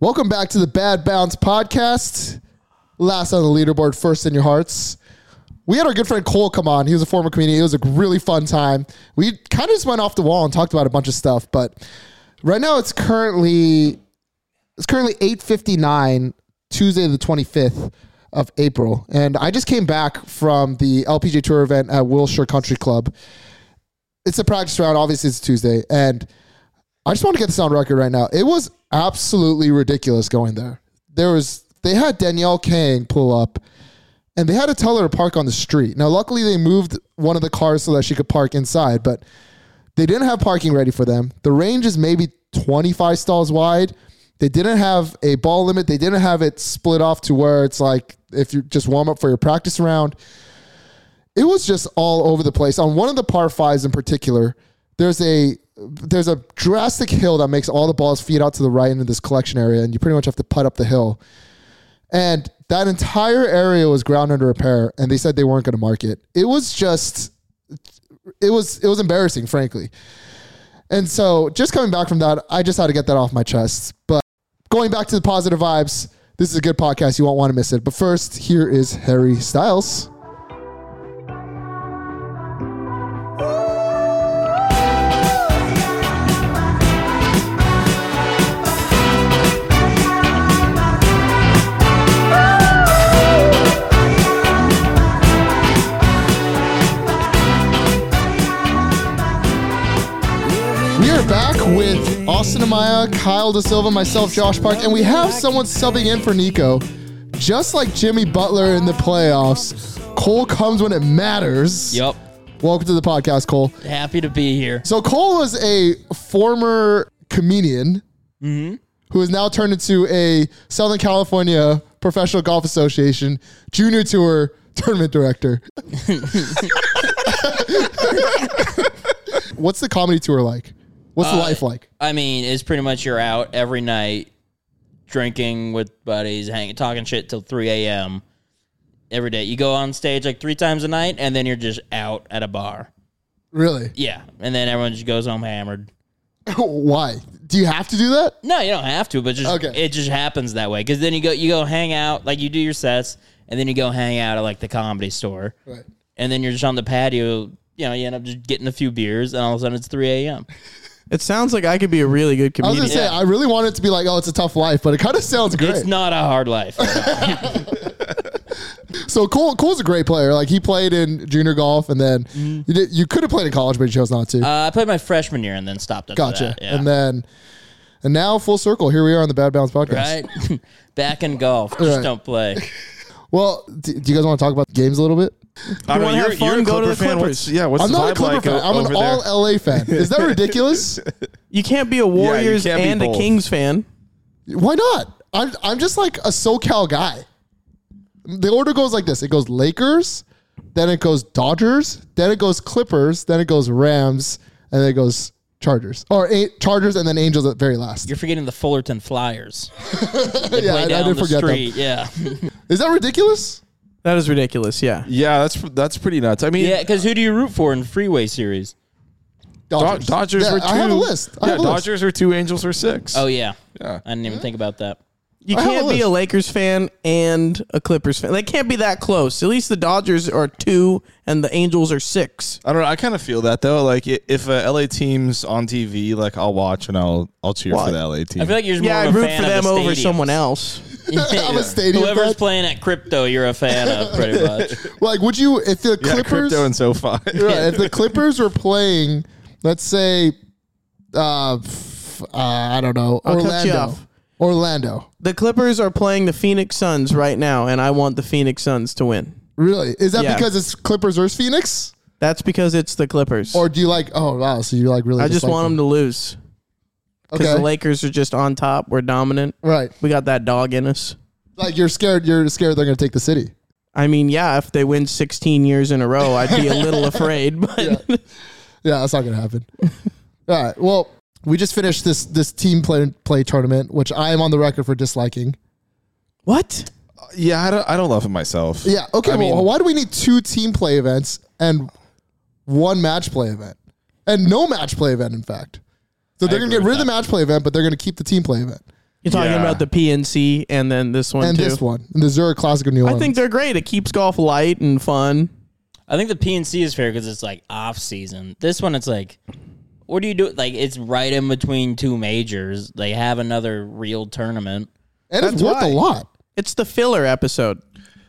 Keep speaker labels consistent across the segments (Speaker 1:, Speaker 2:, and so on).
Speaker 1: Welcome back to the Bad Bounce podcast. Last on the leaderboard, first in your hearts. We had our good friend Cole come on. He was a former comedian. It was a really fun time. We kind of just went off the wall and talked about a bunch of stuff, but right now it's currently it's currently 8:59 Tuesday the 25th of April. And I just came back from the LPGA Tour event at Wilshire Country Club. It's a practice round, obviously it's Tuesday, and I just want to get this on record right now. It was absolutely ridiculous going there. There was they had Danielle Kang pull up and they had to tell her to park on the street. Now luckily they moved one of the cars so that she could park inside, but they didn't have parking ready for them. The range is maybe 25 stalls wide. They didn't have a ball limit. They didn't have it split off to where it's like if you just warm up for your practice round it was just all over the place. On one of the par fives in particular, there's a there's a drastic hill that makes all the balls feed out to the right into this collection area, and you pretty much have to putt up the hill. And that entire area was ground under repair, and they said they weren't going to mark it. It was just it was it was embarrassing, frankly. And so, just coming back from that, I just had to get that off my chest. But going back to the positive vibes, this is a good podcast. You won't want to miss it. But first, here is Harry Styles. We are back with Austin Amaya, Kyle Da Silva, myself, Josh Park, and we have someone subbing in for Nico. Just like Jimmy Butler in the playoffs, Cole comes when it matters.
Speaker 2: Yep.
Speaker 1: Welcome to the podcast, Cole.
Speaker 2: Happy to be here.
Speaker 1: So Cole was a former comedian who is now turned into a Southern California Professional Golf Association Junior Tour tournament director. What's the comedy tour like? What's the life like?
Speaker 2: I mean, it's pretty much you're out every night drinking with buddies, hanging, talking shit till 3 a.m. every day. You go on stage like three times a night, and then you're just out at a bar.
Speaker 1: Really?
Speaker 2: Yeah. And then everyone just goes home hammered.
Speaker 1: Why? Do you have to do that?
Speaker 2: No, you don't have to, but just
Speaker 1: Okay.
Speaker 2: it just happens that way. Because then you go, you go hang out, like you do your sets, and then you go hang out at like the comedy store,
Speaker 1: Right.
Speaker 2: and then you're just on the patio. You know, you end up just getting a few beers, and all of a sudden it's 3 a.m.
Speaker 3: It sounds like I could be a really good
Speaker 1: I was
Speaker 3: comedian.
Speaker 1: gonna say I really wanted to be like, oh, it's a tough life, but it kind of sounds great.
Speaker 2: It's not a hard life.
Speaker 1: so Cole, Cole's a great player. Like he played in junior golf, and then
Speaker 4: Mm-hmm.
Speaker 1: you did, you could have played in college, but you chose not to.
Speaker 2: Uh, I played my freshman year and then stopped after
Speaker 1: gotcha.
Speaker 2: that. Yeah.
Speaker 1: And then, and now full circle. Here we are on the Bad Bounce podcast.
Speaker 2: right? Back in golf. Just
Speaker 1: Right.
Speaker 2: don't play.
Speaker 1: Well, do, do you guys want to talk about games a little bit?
Speaker 3: I mean,
Speaker 4: wanna
Speaker 3: you're,
Speaker 4: have
Speaker 3: you're
Speaker 4: fun,
Speaker 3: a
Speaker 4: go to
Speaker 3: Clipper
Speaker 4: the
Speaker 3: fan.
Speaker 4: Clippers.
Speaker 3: What's-
Speaker 4: Yeah, what's
Speaker 1: I'm
Speaker 4: the
Speaker 1: not a
Speaker 4: vibe
Speaker 1: Clipper
Speaker 4: like
Speaker 1: fan.
Speaker 4: o-
Speaker 1: I'm an
Speaker 4: over there?
Speaker 1: all LA fan. Is that ridiculous?
Speaker 3: You can't be a Warriors
Speaker 4: can't be
Speaker 3: and a
Speaker 4: both.
Speaker 3: Kings fan.
Speaker 1: Why not? I'm I'm just like a SoCal guy. The order goes like this: it goes Lakers, then it goes Dodgers, then it goes Clippers, then it goes Rams, and then it goes Chargers or a- Chargers, and then Angels at very last.
Speaker 2: You're forgetting the Fullerton Flyers.
Speaker 1: yeah, I, I
Speaker 2: Way down
Speaker 1: did
Speaker 2: the
Speaker 1: forget
Speaker 2: street. Yeah.
Speaker 1: them. Is that ridiculous?
Speaker 3: That is ridiculous. Yeah.
Speaker 4: Yeah, that's that's pretty nuts. I mean,
Speaker 2: yeah, because who do you root for in freeway series?
Speaker 4: Do- Dodgers
Speaker 1: Yeah,
Speaker 4: were two.
Speaker 1: I have a list. I
Speaker 4: yeah,
Speaker 1: have a list.
Speaker 4: Dodgers were two. Angels were six.
Speaker 2: Oh yeah.
Speaker 4: Yeah.
Speaker 2: I didn't even think about that.
Speaker 3: You
Speaker 1: I have
Speaker 3: can't
Speaker 1: a
Speaker 3: be a
Speaker 1: list.
Speaker 3: Lakers fan and a Clippers fan. They can't be that close. At least the Dodgers are two and the Angels are six.
Speaker 4: I don't know. I kind of feel that though. Like i- if uh, a LA team's on TV, like I'll watch and I'll I'll cheer
Speaker 3: Why?
Speaker 4: for the LA team.
Speaker 2: I feel like you're just
Speaker 3: Yeah,
Speaker 2: more
Speaker 3: I
Speaker 2: of a
Speaker 3: root
Speaker 2: fan
Speaker 3: for
Speaker 2: of
Speaker 3: them
Speaker 2: the
Speaker 3: over
Speaker 2: stadiums.
Speaker 3: someone else.
Speaker 1: I'm a stadium
Speaker 2: Whoever's
Speaker 1: fan.
Speaker 2: playing at crypto, you're a fan of pretty much.
Speaker 1: Like, would you if the
Speaker 4: yeah,
Speaker 1: Clippers?
Speaker 4: crypto and SoFi.
Speaker 1: Right, if the Clippers were playing, let's say, uh, f- uh, I don't know,
Speaker 3: I'll cut you
Speaker 1: Orlando.
Speaker 3: off.
Speaker 1: Orlando.
Speaker 3: The Clippers are playing the Phoenix Suns right now, and I want the Phoenix Suns to win.
Speaker 1: Really? Is that
Speaker 3: Yeah.
Speaker 1: because it's Clippers versus Phoenix?
Speaker 3: That's because it's the Clippers.
Speaker 1: Or do you like? Oh wow! So you like really?
Speaker 3: I just want them to lose
Speaker 1: to.
Speaker 3: because
Speaker 1: Okay.
Speaker 3: the Lakers are just on top. We're dominant.
Speaker 1: right.
Speaker 3: We got that dog in us.
Speaker 1: Like you're scared. You're scared they're going to take the city.
Speaker 3: I mean, yeah, if they win 16 years in a row, I'd be a little afraid, but
Speaker 1: Yeah, that's not going to happen. All right. Well, we just finished this this team play play tournament, which I am on the record for disliking.
Speaker 3: what?
Speaker 4: yeah, I don't I don't love it myself.
Speaker 1: Yeah. Okay.
Speaker 4: I
Speaker 1: well,
Speaker 4: mean-
Speaker 1: why do we need two team play events and one match play event and no match play event? In fact, so they're going to get
Speaker 4: agree with
Speaker 1: rid of the match play event, but they're going to keep the team play event.
Speaker 3: You're talking
Speaker 4: Yeah.
Speaker 3: about the PNC and then this one
Speaker 1: and
Speaker 3: too.
Speaker 1: this one, the Zurich Classic of New
Speaker 3: I
Speaker 1: Orleans.
Speaker 3: think they're great. It keeps golf light and fun.
Speaker 2: I think the PNC is fair because it's like off season. This one, it's like, what do you do? Like, it's right in between two majors. They have another real tournament.
Speaker 1: and it's
Speaker 3: that's
Speaker 1: worth
Speaker 3: why.
Speaker 1: a lot.
Speaker 3: It's the filler episode.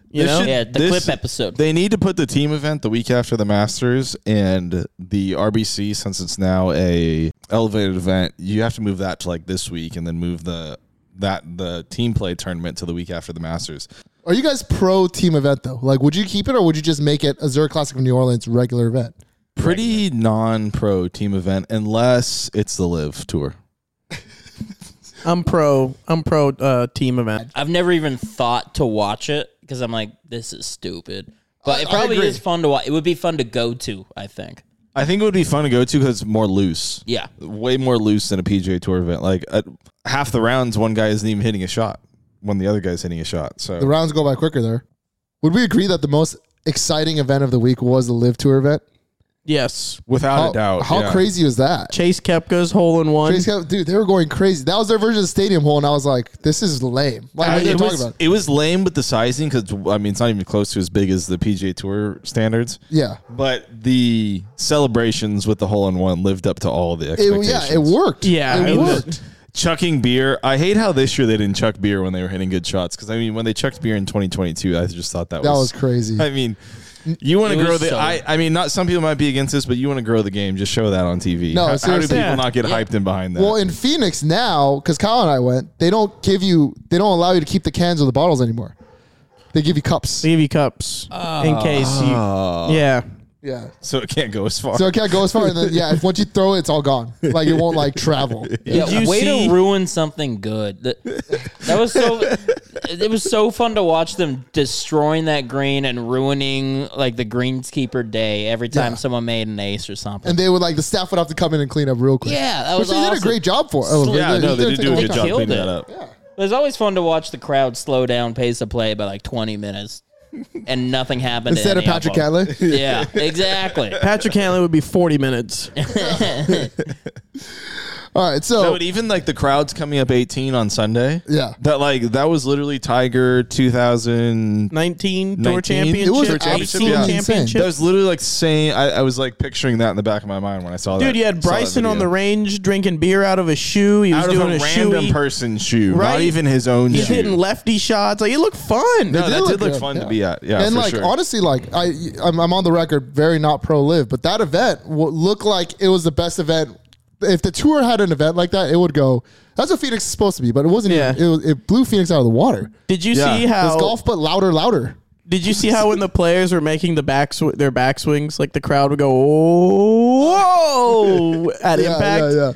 Speaker 3: You
Speaker 4: They
Speaker 3: know?
Speaker 4: should-
Speaker 2: Yeah, the
Speaker 4: This-
Speaker 2: clip episode.
Speaker 4: They need to put the team event the week after the Masters and the RBC since it's now a elevated event. You have to move that to like this week and then move the that the team play tournament to the week after the Masters.
Speaker 1: Are you guys pro team event though? Like, would you keep it or would you just make it a Zurich Classic of New Orleans regular event?
Speaker 4: Pretty non-pro team event unless it's the Live Tour.
Speaker 3: I'm pro. I'm pro uh, team event.
Speaker 2: I've never even thought to watch it because I'm like, this is stupid. But it
Speaker 1: I
Speaker 2: probably
Speaker 1: agree.
Speaker 2: is fun to watch. It would be fun to go to, I think.
Speaker 4: I think it would be fun to go to because it's more loose.
Speaker 2: Yeah.
Speaker 4: way more loose than a PGA Tour event. Like at half the rounds, one guy isn't even hitting a shot when the other guy's hitting a shot. So
Speaker 1: The rounds go by quicker there. Would we agree that the most exciting event of the week was the Live Tour event?
Speaker 3: Yes.
Speaker 4: without
Speaker 1: How,
Speaker 4: a doubt,
Speaker 1: how
Speaker 4: yeah.
Speaker 1: crazy was that?
Speaker 3: Chase Kepka's hole in one.
Speaker 1: Chase Cal- dude, they were going crazy. That was their version of the stadium hole, and I was like, this is lame. Like, what are you
Speaker 4: Uh, it,
Speaker 1: talking
Speaker 4: was,
Speaker 1: about?
Speaker 4: it was lame with the sizing because I mean it's not even close to as big as the PGA Tour standards.
Speaker 1: Yeah.
Speaker 4: But the celebrations with the hole in one lived up to all the
Speaker 1: It,
Speaker 4: expectations.
Speaker 1: yeah, it worked.
Speaker 3: Yeah,
Speaker 1: it
Speaker 3: I mean, the-
Speaker 1: worked.
Speaker 4: Chucking beer. I hate how this year they didn't chuck beer when they were hitting good shots because I mean when they chucked beer in 2022, I just thought that,
Speaker 1: That was crazy.
Speaker 4: I mean, you want
Speaker 2: It
Speaker 4: to grow
Speaker 2: was
Speaker 4: the.
Speaker 2: so-
Speaker 4: I, I mean, not some people might be against this, but you want to grow the game. Just show that on TV.
Speaker 1: No,
Speaker 4: how, how do
Speaker 1: seriously.
Speaker 4: people
Speaker 3: Yeah.
Speaker 4: not get hyped in behind that?
Speaker 1: Well, in Phoenix now, because Kyle and I went, they don't give you, they don't allow you to keep the cans or the bottles anymore. They give you cups.
Speaker 3: They give you cups
Speaker 4: Ah.
Speaker 3: in case you.
Speaker 1: Ah.
Speaker 3: Yeah.
Speaker 1: Yeah.
Speaker 4: so it can't go as far.
Speaker 1: So it can't go as far, and then yeah, if once you throw it, it's all gone. Like it won't like travel.
Speaker 2: Yeah,
Speaker 3: you
Speaker 2: way
Speaker 3: see-
Speaker 2: to ruin something good. That, that was so. it was so fun to watch them destroying that green and ruining like the greenskeeper day every time someone made an ace or something.
Speaker 1: And they would like the staff would have to come in and clean up real quick.
Speaker 2: Yeah, that
Speaker 1: which
Speaker 2: was
Speaker 1: they did a
Speaker 2: awesome.
Speaker 1: great job for. Oh,
Speaker 4: yeah, no, they
Speaker 1: did
Speaker 4: did do a
Speaker 1: take
Speaker 4: good
Speaker 1: time.
Speaker 4: job
Speaker 2: Killed
Speaker 4: cleaning
Speaker 2: it.
Speaker 4: that up.
Speaker 2: It was always fun to watch the crowd slow down pace of play by like 20 minutes, and nothing happened. to
Speaker 1: Instead of
Speaker 2: any
Speaker 1: Patrick
Speaker 2: them.
Speaker 1: Catley.
Speaker 2: Yeah, exactly.
Speaker 3: Patrick Hanley would be 40 minutes.
Speaker 1: All right,
Speaker 2: Oh.
Speaker 4: No,
Speaker 1: so
Speaker 4: but even like the crowds coming up 18 on Sunday.
Speaker 1: Yeah.
Speaker 4: That like that was literally Tiger 2000.
Speaker 3: 19 tour
Speaker 4: 19?
Speaker 3: championship.
Speaker 1: It was
Speaker 3: 18
Speaker 1: absolutely
Speaker 3: championship.
Speaker 1: insane.
Speaker 4: That was literally like saying I, I was like picturing that in the back of my mind when I saw that.
Speaker 3: Dude, you had
Speaker 4: saw that
Speaker 3: Bryson on the
Speaker 4: video.
Speaker 3: range drinking beer out of a shoe. He was
Speaker 4: out of
Speaker 3: doing
Speaker 4: a,
Speaker 3: a,
Speaker 4: random
Speaker 3: shoey.
Speaker 4: person's shoe, not
Speaker 3: Right?
Speaker 4: even his own
Speaker 3: He's
Speaker 4: shoe.
Speaker 3: hitting lefty shots. Like it looked fun.
Speaker 4: no, that did look
Speaker 1: good,
Speaker 4: fun
Speaker 1: yeah.
Speaker 4: to be at. Yeah,
Speaker 1: and
Speaker 4: for
Speaker 1: like
Speaker 4: sure.
Speaker 1: honestly, like I, I'm, I'm on the record, very not pro live, but that event w- looked like it was the best event. If the tour had an event like that, it would go. That's what Phoenix is supposed to be, but it wasn't.
Speaker 3: Yeah.
Speaker 1: Even, it, was- it blew Phoenix out of the water.
Speaker 3: Did you
Speaker 4: Yeah.
Speaker 3: see
Speaker 4: It
Speaker 1: It's
Speaker 3: how?
Speaker 1: golf, but louder, louder.
Speaker 3: Did you see how when the players were making the back sw- their backswings, like the crowd would go whoa at
Speaker 1: Yeah,
Speaker 3: impact?
Speaker 1: yeah, yeah,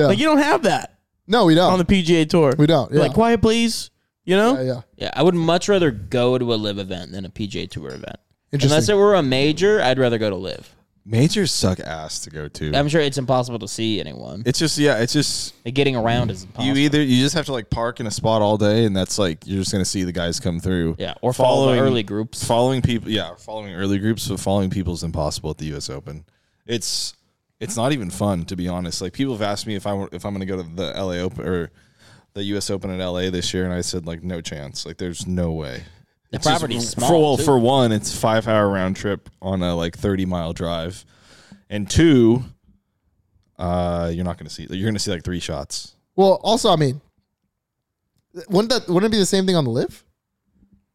Speaker 1: yeah.
Speaker 3: Like you don't have that
Speaker 1: no, we don't.
Speaker 3: on the PGA Tour.
Speaker 1: we don't. Yeah.
Speaker 3: Like quiet, please. You know,
Speaker 1: yeah, yeah.
Speaker 2: Yeah, I would much rather go to a live event than a PJ Tour event. Unless
Speaker 1: Interesting.
Speaker 2: it were a major, I'd rather go to live.
Speaker 4: Majors suck ass to go to.
Speaker 2: I'm sure it's impossible to see anyone.
Speaker 4: It's just yeah, it's just
Speaker 2: Like, Getting around is impossible.
Speaker 4: you either you just have to like park in a spot all day, and that's like you're just gonna see the guys come through.
Speaker 2: yeah, or follow the
Speaker 4: Following-
Speaker 2: early groups.
Speaker 4: following people. Yeah, following early groups, but following people is impossible at the U.S. Open. It's it's not even fun to be honest. Like people have asked me if I were, if I'm gonna go to the L.A. Open or the U.S. Open in L.A. this year, and I said like no chance. Like there's no way.
Speaker 2: The
Speaker 4: It's just-
Speaker 2: property's
Speaker 4: For, well,
Speaker 2: small. too.
Speaker 4: for one, it's five hour round trip on a like thirty mile drive, and two, uh, you're not gonna see. You're gonna see like three shots.
Speaker 1: Well, also, I mean, wouldn't that wouldn't it be the same thing on the live?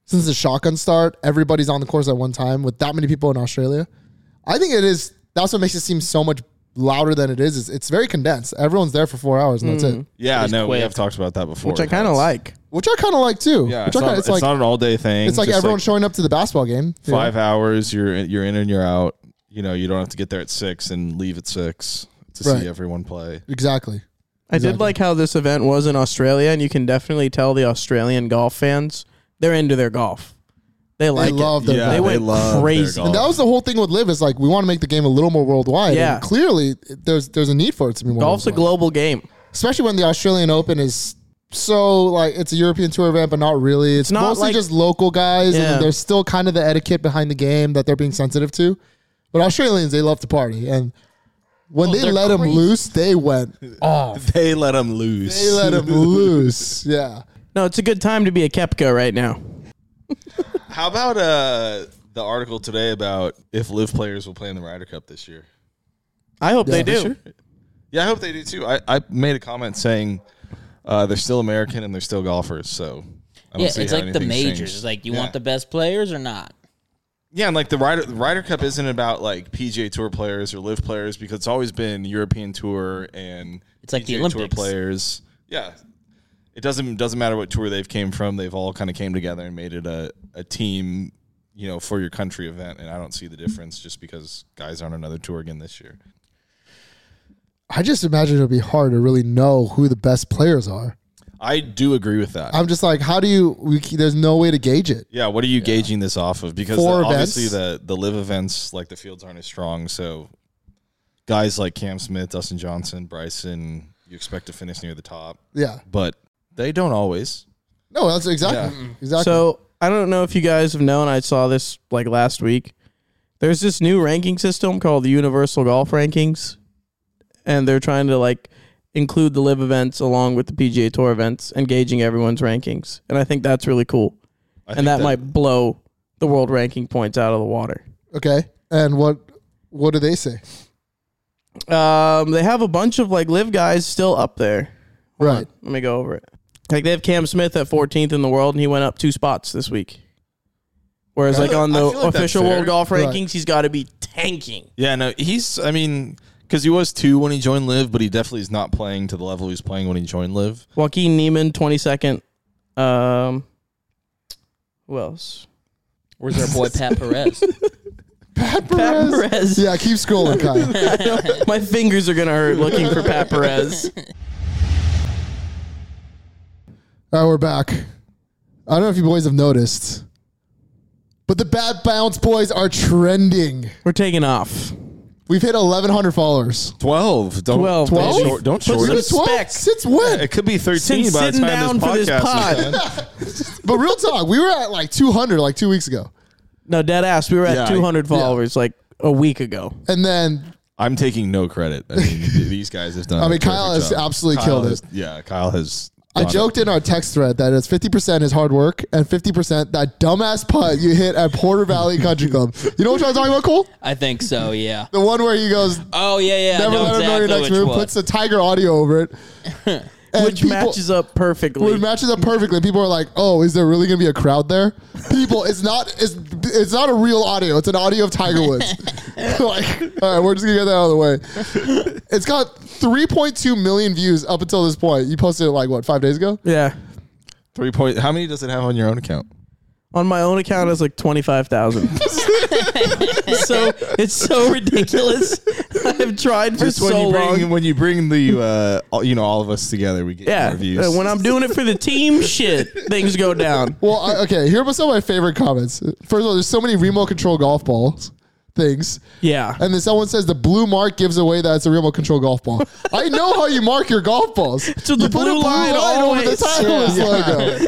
Speaker 1: Since the shotgun start, everybody's on the course at one time with that many people in Australia. I think it is. That's what makes it seem so much louder than it is. Is it's very condensed. Everyone's there for four hours and
Speaker 3: Mm.
Speaker 1: that's it,
Speaker 4: Yeah,
Speaker 2: Just
Speaker 4: no, we
Speaker 2: quick.
Speaker 4: have talked about that before.
Speaker 3: which I kind of
Speaker 4: It's-
Speaker 3: like.
Speaker 1: which I kind of like too.
Speaker 4: Yeah,
Speaker 1: which
Speaker 4: it's,
Speaker 1: I kinda,
Speaker 4: not,
Speaker 1: it's,
Speaker 4: it's
Speaker 1: like
Speaker 4: not an all day thing.
Speaker 1: it's like
Speaker 4: Just,
Speaker 1: everyone showing up to the basketball game. you know?
Speaker 4: five hours. You're in- you're in and you're out. You know, you don't have to get there at six and leave at six to
Speaker 1: Right.
Speaker 4: see everyone play.
Speaker 1: exactly.
Speaker 3: I did like how this event was in Australia, and you can definitely tell the Australian golf fans they're into their golf. They like it.
Speaker 1: love their Yeah, golf.
Speaker 3: they
Speaker 1: they
Speaker 3: went
Speaker 4: love their
Speaker 3: crazy.
Speaker 4: golf.
Speaker 1: And that was the whole thing with live is like we want to make the game a little more worldwide.
Speaker 3: Yeah.
Speaker 1: and clearly there's there's a need for it to be more.
Speaker 3: Golf's a
Speaker 1: worldwide.
Speaker 3: global game.
Speaker 1: especially when the Australian Open is so like it's a European tour event, but not really. It's,
Speaker 3: not
Speaker 1: mostly
Speaker 3: like-
Speaker 1: just local guys,
Speaker 3: Yeah.
Speaker 1: and there's still kind of the etiquette behind the game that they're being sensitive to. But Australians, they love to party, and When
Speaker 3: Oh,
Speaker 1: they
Speaker 2: they're
Speaker 1: let him
Speaker 2: crazy.
Speaker 1: loose, they went.
Speaker 4: They let him lose.
Speaker 1: They let him loose. Yeah.
Speaker 3: No, it's a good time to be a Kepka right now.
Speaker 4: How about uh, the article today about if live players will play in the Ryder Cup this year?
Speaker 3: I hope they do.
Speaker 4: Yeah, I hope they do too. I, I made a comment saying uh, they're still American and they're still golfers, so I don't
Speaker 2: Yeah,
Speaker 4: see
Speaker 2: it's
Speaker 4: how
Speaker 2: like the
Speaker 4: anything's
Speaker 2: majors.
Speaker 4: changed.
Speaker 2: It's like you
Speaker 4: Yeah.
Speaker 2: want the best players or not?
Speaker 4: yeah, and like the Ryder the Ryder Cup isn't about like PGA Tour players or live players because it's always been European Tour and
Speaker 2: It's like the
Speaker 4: PGA Tour
Speaker 2: Olympics.
Speaker 4: players. Yeah, it doesn't doesn't matter what tour they've came from. They've all kind of came together and made it a a team, you know, for your country event. And I don't see the difference just because guys aren't another tour again this year.
Speaker 1: I just imagine it would be hard to really know who the best players are.
Speaker 4: I do agree with that.
Speaker 1: I'm just like, how do you? We, there's no way to gauge it.
Speaker 4: Yeah, what are you gauging this off of? Because
Speaker 1: Four
Speaker 4: the- obviously
Speaker 1: events.
Speaker 4: the the live events, like the fields aren't as strong. So guys like Cam Smith, Dustin Johnson, Bryson, you expect to finish near the top,
Speaker 1: Yeah.
Speaker 4: but they don't always.
Speaker 1: No, that's exactly
Speaker 4: Yeah.
Speaker 1: exactly.
Speaker 3: So I don't know if you guys have known. I saw this like last week. There's this new ranking system called the Universal Golf Rankings, and they're trying to like include the live events along with the PGA Tour events, engaging everyone's rankings. And I think that's really cool.
Speaker 4: I think
Speaker 3: and that, might blow the world ranking points out of the water.
Speaker 1: okay. And what what do they say?
Speaker 3: Um, they have a bunch of like live guys still up there.
Speaker 1: Right.
Speaker 3: Let me go over it. Like they have Cam Smith at 14th in the world, and he went up two spots this week. Whereas,
Speaker 4: I
Speaker 3: like
Speaker 4: feel-
Speaker 3: on the
Speaker 4: I feel like that's
Speaker 3: official
Speaker 4: fair.
Speaker 3: world golf
Speaker 1: Right.
Speaker 3: rankings, he's got to be tanking.
Speaker 4: Yeah, no, he's. I mean, because he was two when he joined live, but he definitely is not playing to the level he was playing when he joined live.
Speaker 3: Joaquin Neiman, 22nd. Um, who else?
Speaker 2: Where's our boy Pat Perez?
Speaker 1: Pat
Speaker 3: Pat
Speaker 1: Perez.
Speaker 3: Perez.
Speaker 1: Yeah, keep scrolling, Kyle.
Speaker 3: I don't- My fingers are gonna hurt looking for Pat Perez.
Speaker 1: All right, we're back. I don't know if you boys have noticed, but the Bad Bounce Boys are trending.
Speaker 3: We're taking off.
Speaker 1: We've hit 1,100 followers.
Speaker 4: Twelve, don't
Speaker 3: 12,
Speaker 4: don't
Speaker 3: baby.
Speaker 4: short, don't
Speaker 3: Put
Speaker 4: short
Speaker 3: some
Speaker 4: us.
Speaker 1: What?
Speaker 3: Spec.
Speaker 1: Since when?
Speaker 4: It could be thirteen
Speaker 3: Since
Speaker 4: by the
Speaker 3: sitting
Speaker 4: time
Speaker 3: down
Speaker 4: this
Speaker 3: for this
Speaker 4: podcast. is
Speaker 3: pod.
Speaker 4: done.
Speaker 1: But real talk, we were at like 200 like two weeks ago,
Speaker 3: No, dead ass. We were at
Speaker 4: Yeah, I-
Speaker 3: 200 followers like a week ago.
Speaker 1: and then
Speaker 4: I'm taking no credit. I mean, th- these guys have done.
Speaker 1: I
Speaker 4: a
Speaker 1: mean, Kyle has
Speaker 4: terrific job.
Speaker 1: absolutely
Speaker 4: Kyle
Speaker 1: killed
Speaker 4: has-
Speaker 1: it.
Speaker 4: Yeah, Kyle has.
Speaker 1: I
Speaker 4: done it.
Speaker 1: joked in our text thread that it's 50% is hard work and 50% that dumbass putt you hit at Porter Valley Country Club. You know what I'm talking about, Cole?
Speaker 2: I think so. Yeah.
Speaker 1: The one where he goes,
Speaker 2: Oh yeah, yeah.
Speaker 1: never let him know your next move, puts the tiger audio over it. And
Speaker 3: Which
Speaker 1: people-
Speaker 3: matches up perfectly.
Speaker 1: It matches up perfectly. People are like, "Oh, is there really gonna be a crowd there?" People, it's not. It's it's not a real audio. It's an audio of Tiger Woods. like, all right, we're just gonna get that out of the way. It's got 3.2 million views up until this point. You posted it like what five days ago?
Speaker 3: yeah.
Speaker 4: Three point. How many does it have on your own account?
Speaker 3: On my own account, it's like 25,000. so it's so ridiculous. I've tried for
Speaker 4: when
Speaker 3: so
Speaker 4: you bring
Speaker 3: long.
Speaker 4: when you bring the uh, all, you know all of us together, we get
Speaker 3: Yeah.
Speaker 4: more views.
Speaker 3: uh, When I'm doing it for the team, shit, things go down.
Speaker 1: Well, I, okay. Here are some of my favorite comments. First of all, there's so many remote control golf balls things.
Speaker 3: Yeah.
Speaker 1: And then someone says the blue mark gives away that it's a remote control golf ball. I know how you mark your golf balls.
Speaker 3: So the
Speaker 1: you put a
Speaker 3: blue
Speaker 1: blue
Speaker 3: line
Speaker 1: line over the
Speaker 3: always-
Speaker 1: Titleist
Speaker 3: yeah.
Speaker 1: logo.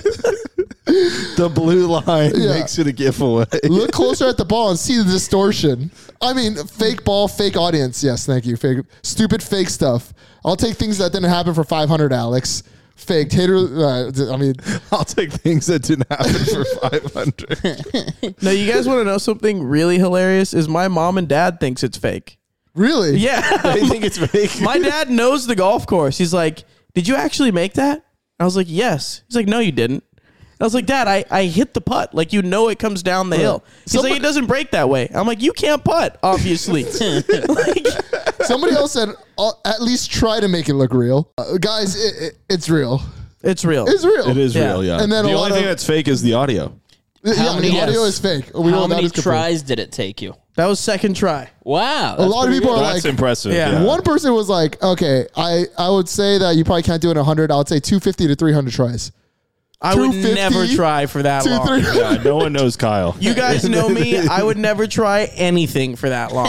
Speaker 4: the blue line
Speaker 1: Yeah.
Speaker 4: makes it a giveaway.
Speaker 1: Look closer at the ball and see the distortion. I mean, fake ball, fake audience. Yes, thank you. Fake, stupid fake stuff. I'll take things that didn't happen for 500, Alex. Faked hitter. Uh, d- I mean,
Speaker 4: I'll take things that didn't happen for five hundred.
Speaker 3: Now, you guys want to know something really hilarious? Is my mom and dad thinks it's fake.
Speaker 1: really?
Speaker 3: Yeah.
Speaker 4: I think it's fake.
Speaker 3: my dad knows the golf course. He's like, Did you actually make that? I was like, Yes. He's like, No, you didn't. I was like, Dad, I, I hit the putt. Like, you know, it comes down the hill. He's
Speaker 1: Someone-
Speaker 3: like, It doesn't break that way. I'm like, You can't putt, obviously. like,
Speaker 1: Somebody else said, I'll at least try to make it look real. Uh, guys, it, it, it's real.
Speaker 3: it's real.
Speaker 1: It's real.
Speaker 4: It is
Speaker 3: Yeah.
Speaker 4: real, yeah.
Speaker 1: And then a
Speaker 4: the
Speaker 1: lot
Speaker 4: only thing
Speaker 1: of-
Speaker 4: that's fake is the audio.
Speaker 1: Yeah,
Speaker 2: How many-
Speaker 1: the audio
Speaker 3: yes.
Speaker 1: is fake. We
Speaker 2: How
Speaker 1: will not
Speaker 2: many
Speaker 1: disconfirm.
Speaker 2: tries did it take you?
Speaker 3: That was second try.
Speaker 2: Wow.
Speaker 1: A lot of people are
Speaker 4: That's
Speaker 1: like,
Speaker 4: impressive.
Speaker 3: Yeah.
Speaker 1: One person was like, "Okay, I, I would say that you probably can't do it in 100. I would say 250 to 300 tries.
Speaker 3: I would
Speaker 1: 250,
Speaker 3: never try for that
Speaker 1: Two,
Speaker 3: long.
Speaker 1: three.
Speaker 4: Yeah, no one knows Kyle.
Speaker 3: You guys know me. I would never try anything for that long.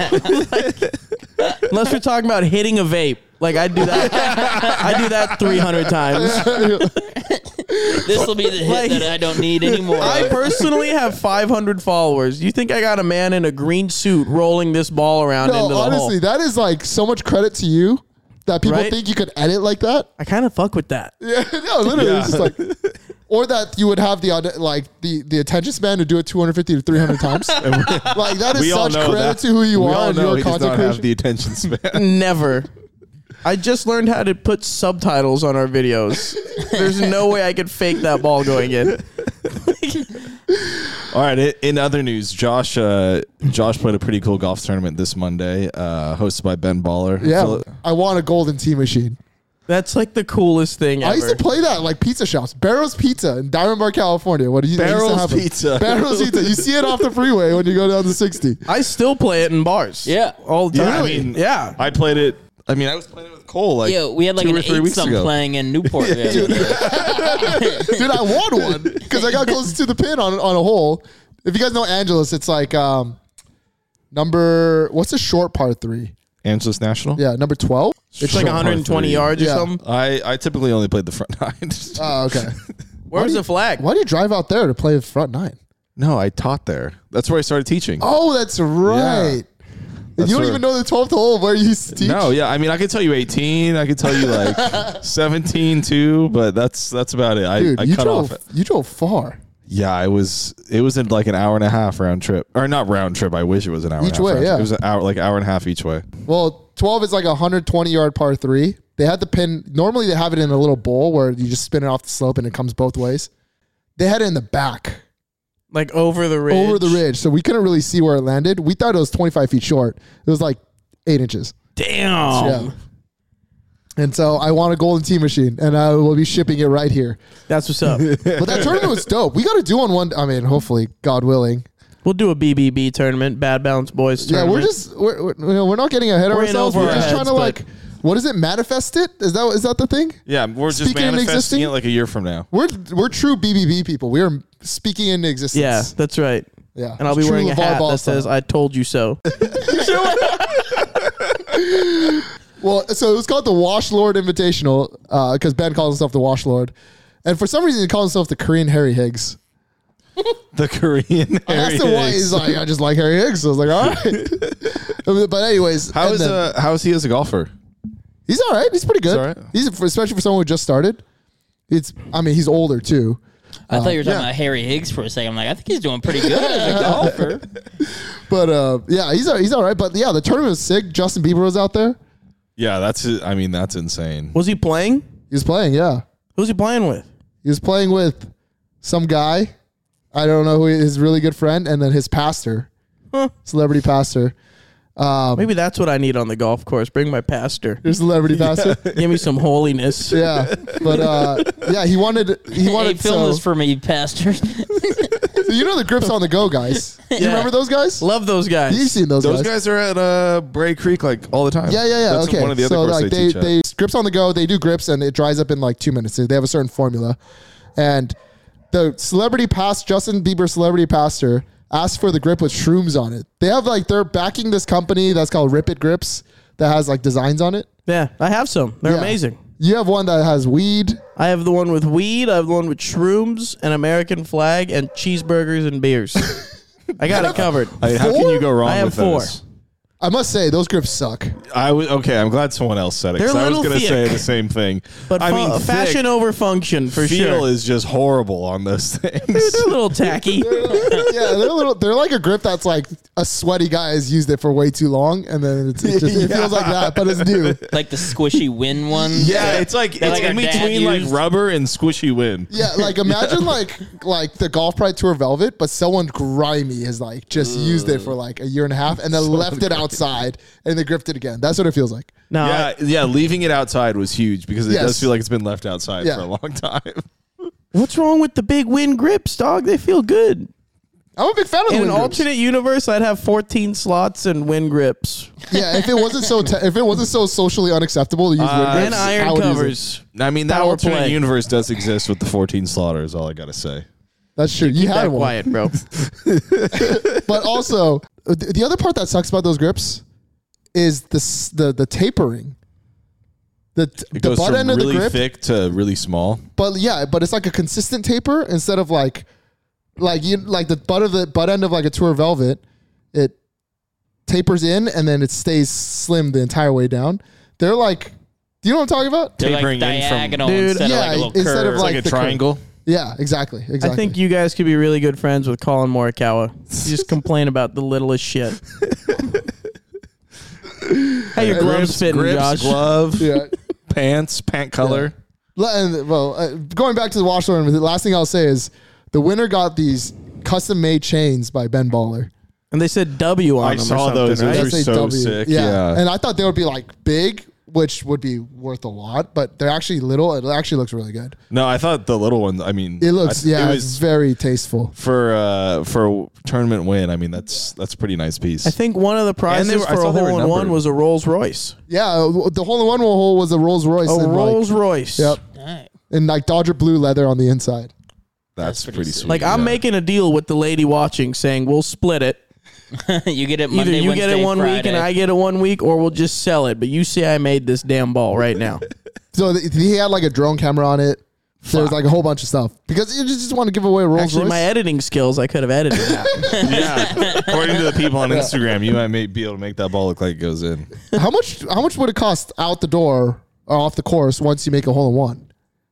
Speaker 3: Unless we're talking about hitting a vape. Like I do that. I do that 300 times.
Speaker 2: This will be the hit
Speaker 3: Like-
Speaker 2: that I don't need anymore.
Speaker 3: I
Speaker 2: of.
Speaker 3: personally have 500 followers. You think I got a man in a green suit rolling this ball around
Speaker 1: No,
Speaker 3: into the
Speaker 1: honestly,
Speaker 3: hole?
Speaker 1: that is like so much credit to you that people
Speaker 3: Right?
Speaker 1: think you could edit like that.
Speaker 3: I kind of fuck with that.
Speaker 1: Yeah, no, literally, it's just like, or that you would have the aud- like the the attention span to do it 250 to 300 times. like that is
Speaker 4: We all
Speaker 1: such
Speaker 4: know
Speaker 1: credit
Speaker 4: that.
Speaker 1: to who you
Speaker 4: we
Speaker 1: are
Speaker 4: all
Speaker 1: and
Speaker 4: know
Speaker 1: your
Speaker 4: he does
Speaker 1: content
Speaker 4: not have
Speaker 1: creation.
Speaker 4: the attention span.
Speaker 3: Never. I just learned how to put subtitles on our videos. There's no way I could fake that ball going in.
Speaker 4: All right. i- In other news, Josh uh, Josh played a pretty cool golf tournament this Monday, uh, hosted by Ben Baller.
Speaker 1: yeah,
Speaker 4: Phil-
Speaker 1: I want a golden tea machine.
Speaker 3: That's like the coolest thing ever.
Speaker 1: I used to play that at, like pizza shops, Barrows Pizza in Diamond Bar, California. What do you that used to
Speaker 4: Barrows
Speaker 1: happen.
Speaker 4: Pizza.
Speaker 1: Barrows Pizza. You see it off the freeway when you go down to 60.
Speaker 3: I still play it in bars.
Speaker 2: Yeah.
Speaker 3: All the
Speaker 4: Yeah,
Speaker 3: time.
Speaker 4: I mean,
Speaker 3: yeah.
Speaker 4: I played it. I mean, I was playing it with Cole. Like,
Speaker 2: Yo, we had like
Speaker 4: two
Speaker 2: an
Speaker 4: or three
Speaker 2: eight
Speaker 4: weeks
Speaker 2: some
Speaker 4: ago.
Speaker 2: playing in Newport. the other day.
Speaker 1: Dude, I want one because I got close to the pin on, on a hole. If you guys know Angeles, it's like um, number, what's a short par three?
Speaker 4: Angeles National.
Speaker 1: Yeah, number 12?
Speaker 3: It's like
Speaker 4: Short par
Speaker 3: 120
Speaker 4: three.
Speaker 3: yards
Speaker 1: Yeah.
Speaker 3: or something.
Speaker 4: I, I typically only played the front nine.
Speaker 1: Oh, okay.
Speaker 3: Where's the flag?
Speaker 1: Why do you drive out there to play the front nine?
Speaker 4: no, I taught there. That's where I started teaching.
Speaker 1: Oh, that's right.
Speaker 4: That's
Speaker 1: you don't
Speaker 4: where-
Speaker 1: even know the 12th hole of where you used to teach?
Speaker 4: No, yeah. I mean, I could tell you 18. I could tell you like 17 too, but that's that's about it. I,
Speaker 1: Dude,
Speaker 4: I
Speaker 1: you,
Speaker 4: cut
Speaker 1: drove,
Speaker 4: off.
Speaker 1: you drove far.
Speaker 4: Yeah, I was. It was in like an hour and a half round trip, or not round trip. I wish it was an hour. and
Speaker 1: Each
Speaker 4: a half
Speaker 1: way,
Speaker 4: round trip.
Speaker 1: yeah.
Speaker 4: It was an hour, like hour and a half each way.
Speaker 1: Well, 12 is like a 120 yard par three. They had the pin. Normally, they have it in a little bowl where you just spin it off the slope and it comes both ways. They had it in the back
Speaker 3: Like over the ridge.
Speaker 1: over the ridge. So we couldn't really see where it landed. We thought it was 25 feet short. It was like eight inches.
Speaker 3: Damn.
Speaker 1: Yeah. And so I want a golden tea machine and I will be shipping it right here.
Speaker 3: That's what's up.
Speaker 1: But that tournament was dope. We got to do one one. I mean, hopefully, God willing.
Speaker 3: we'll do a BBB tournament, Bad Balance Boys
Speaker 1: Yeah,
Speaker 3: tournament.
Speaker 1: we're just, we're, we're, you know, we're not getting ahead of
Speaker 3: We're in
Speaker 1: ourselves.
Speaker 3: over
Speaker 1: We're
Speaker 3: our
Speaker 1: just trying
Speaker 3: heads,
Speaker 1: to
Speaker 3: but-
Speaker 1: like, what is it? Manifest it? Is that, is that the thing?
Speaker 4: Yeah, we're just
Speaker 1: Speaking and
Speaker 4: manifesting
Speaker 1: existing?
Speaker 4: it like a year from now.
Speaker 1: We're we're true BBB people. We are speaking into
Speaker 3: Yeah,
Speaker 1: existence.
Speaker 3: that's right.
Speaker 1: yeah.
Speaker 3: And I'll be
Speaker 1: True
Speaker 3: wearing a
Speaker 1: LeVar
Speaker 3: hat
Speaker 1: Ball
Speaker 3: that
Speaker 1: style.
Speaker 3: says "I told you so."
Speaker 1: Well, so it was called the Wash Lord Invitational because Ben calls himself the Wash Lord, and for some reason he calls himself the Korean Harry Higgs.
Speaker 4: The Korean.
Speaker 1: I asked him why. He's like, I just like Harry Higgs. I was like, all right. but anyways,
Speaker 4: How
Speaker 1: and
Speaker 4: is
Speaker 1: then-
Speaker 4: uh, how is he as a golfer?
Speaker 1: He's all right. He's pretty good.
Speaker 4: all right.
Speaker 1: He's especially for someone who just started. It's. I mean, he's older too.
Speaker 2: I thought you were talking
Speaker 1: yeah.
Speaker 2: about Harry Higgs for a second. I'm like, I think he's doing pretty good as a golfer.
Speaker 1: But uh, yeah, he's he's all right. But yeah, the tournament was sick. Justin Bieber was out there.
Speaker 4: Yeah, that's. I mean, that's insane.
Speaker 3: Was he playing?
Speaker 1: He was playing. Yeah.
Speaker 3: Who's he playing with?
Speaker 1: He was playing with some guy. I don't know who he- his really good friend, and then his pastor,
Speaker 3: Huh.
Speaker 1: celebrity pastor. Um,
Speaker 3: Maybe that's what I need on the golf course. Bring my pastor.
Speaker 1: your celebrity pastor.
Speaker 3: Give me some holiness.
Speaker 1: Yeah, but uh, yeah, he wanted he
Speaker 2: hey,
Speaker 1: wanted
Speaker 2: film
Speaker 1: so,
Speaker 2: this for me, Pastor.
Speaker 1: you know the grips on the go guys. You
Speaker 3: Yeah.
Speaker 1: remember those guys?
Speaker 3: Love those guys.
Speaker 1: You've seen those,
Speaker 4: Those
Speaker 1: guys.
Speaker 4: guys are at uh, Bray Creek like all the time.
Speaker 1: Yeah, yeah, yeah.
Speaker 4: That's
Speaker 1: okay,
Speaker 4: One of the other
Speaker 1: so
Speaker 4: courses
Speaker 1: like
Speaker 4: they,
Speaker 1: they
Speaker 4: teach at.
Speaker 1: they grips on the go. They do grips and it dries up in like two minutes. They have a certain formula, and the celebrity past Justin Bieber celebrity pastor asked for the grip with shrooms on it. They have like they're backing this company that's called Rip It Grips that has like designs on it.
Speaker 3: Yeah, I have some. They're
Speaker 1: Yeah.
Speaker 3: amazing.
Speaker 1: You have one that has weed.
Speaker 3: I have the one with weed. I have the one with shrooms, an American flag, and cheeseburgers and beers. I got it covered.
Speaker 4: I mean, how can
Speaker 1: Four?
Speaker 4: you go wrong
Speaker 3: I have
Speaker 4: with those?
Speaker 3: four.
Speaker 1: I must say those grips suck.
Speaker 4: I was okay. I'm glad someone else said it. 'cause
Speaker 3: They're
Speaker 4: I was
Speaker 3: little
Speaker 4: gonna say
Speaker 3: thick.
Speaker 4: the same thing.
Speaker 3: But
Speaker 4: I
Speaker 3: fu-
Speaker 4: mean,
Speaker 3: fashion
Speaker 4: thick
Speaker 3: over function for
Speaker 4: feel
Speaker 3: sure.
Speaker 4: is just horrible on those things.
Speaker 3: it's a little tacky.
Speaker 1: yeah, they're a little. They're like a grip that's like a sweaty guy has used it for way too long, and then it's, it's just, it feels like that, but it's new.
Speaker 2: like the squishy win one.
Speaker 4: Yeah, it's like it's
Speaker 2: That, like,
Speaker 4: in
Speaker 2: our dad
Speaker 4: between like
Speaker 2: used.
Speaker 4: rubber and squishy wind.
Speaker 1: Yeah, like imagine like like the golf pride tour velvet, but someone grimy has like just used it for
Speaker 3: Mm.
Speaker 1: like a year and a half and then left it outside and they gripped it again. That's what it feels like.
Speaker 3: No,
Speaker 4: Yeah, yeah. Leaving it outside was huge because it does
Speaker 1: Yes.
Speaker 4: feel like it's been left outside
Speaker 1: Yeah.
Speaker 4: for a long time.
Speaker 3: what's wrong with the big wind grips, dog? They feel good.
Speaker 1: I'm a big fan of the
Speaker 3: In an
Speaker 1: wind grips.
Speaker 3: alternate universe, I'd have 14 slots and wind grips
Speaker 1: Yeah, if it wasn't so te- if it wasn't so socially unacceptable to use wind grips,
Speaker 3: Uh, and
Speaker 1: I
Speaker 3: iron
Speaker 1: would use it.
Speaker 3: covers.
Speaker 4: I mean, that
Speaker 3: Power
Speaker 4: alternate
Speaker 3: play.
Speaker 4: universe does exist with the 14 slaughter. Is all I gotta say.
Speaker 1: That's true. You had
Speaker 3: That
Speaker 1: one,
Speaker 3: quiet, bro.
Speaker 1: but also uh, th- the other part that sucks about those grips is the s- the the tapering. The, t-
Speaker 4: It
Speaker 1: the
Speaker 4: goes
Speaker 1: butt
Speaker 4: from
Speaker 1: end of
Speaker 4: really
Speaker 1: the grip,
Speaker 4: thick to really small.
Speaker 1: but yeah, but it's like a consistent taper instead of like, like you like the butt of the butt end of like a tour velvet, it tapers in and then it stays slim the entire way down. They're like, do you know what I'm talking about?
Speaker 2: They're like
Speaker 4: Tapering in from-
Speaker 2: diagonal
Speaker 3: Dude,
Speaker 2: instead
Speaker 1: yeah,
Speaker 2: of like a little
Speaker 1: instead of
Speaker 2: curve.
Speaker 1: like- the curve. Yeah, exactly, exactly.
Speaker 3: I think you guys could be really good friends with Colin Morikawa. You just complain about the littlest shit. How your gloves
Speaker 4: Grips,
Speaker 3: fitting,
Speaker 4: grips,
Speaker 3: Josh?
Speaker 4: glove,
Speaker 1: yeah.
Speaker 4: pants, pant color.
Speaker 1: Le- and, well, uh, going back to the wash learn, the last thing I'll say is the winner got these custom made chains by Ben Baller.
Speaker 3: And they said W on
Speaker 4: I
Speaker 3: them. or
Speaker 4: saw
Speaker 3: something,
Speaker 4: those.
Speaker 3: right?
Speaker 4: Those
Speaker 1: They
Speaker 4: are
Speaker 1: say
Speaker 4: so
Speaker 1: W.
Speaker 4: sick. Yeah.
Speaker 1: And I thought they would be like big, which would be worth a lot, but they're actually little. It actually looks really good.
Speaker 4: No, I thought the little one. I mean,
Speaker 1: It looks,
Speaker 4: I-
Speaker 1: yeah,
Speaker 4: It
Speaker 1: it's
Speaker 4: was
Speaker 1: very tasteful.
Speaker 4: for uh, for a tournament win. I mean, that's that's a pretty nice piece.
Speaker 3: I think one of the prizes
Speaker 4: were-
Speaker 3: for
Speaker 4: I
Speaker 3: a
Speaker 4: saw they were
Speaker 3: hole in one
Speaker 4: numbered.
Speaker 3: was a Rolls Royce.
Speaker 1: Yeah, uh, w- the hole in one hole was a Rolls Royce.
Speaker 3: A
Speaker 1: and, like-
Speaker 3: Rolls Royce.
Speaker 1: yep.
Speaker 2: Alright.
Speaker 1: And like Dodger blue leather on the inside.
Speaker 4: that's,
Speaker 2: pretty
Speaker 4: pretty,
Speaker 2: sick.
Speaker 4: sweet.
Speaker 3: Like I'm
Speaker 4: yeah.
Speaker 3: making a deal with the lady watching, saying we'll split it.
Speaker 2: you get it
Speaker 3: Either
Speaker 2: Monday,
Speaker 3: you
Speaker 2: Wednesday,
Speaker 3: get it one
Speaker 2: Friday.
Speaker 3: week and I get it one week, or we'll just sell it. But you see, I made this damn ball right now.
Speaker 1: So th- he had like a drone camera on it. There was like a whole bunch of stuff because you just want to give away a Rolls
Speaker 3: Actually,
Speaker 1: Royce.
Speaker 3: my editing skills, I could have edited that.
Speaker 4: yeah. According to the people on Instagram, you might may be able to make that ball look like it goes in.
Speaker 1: how much how much would it cost out the door or off the course once you make a hole in one?
Speaker 3: What do you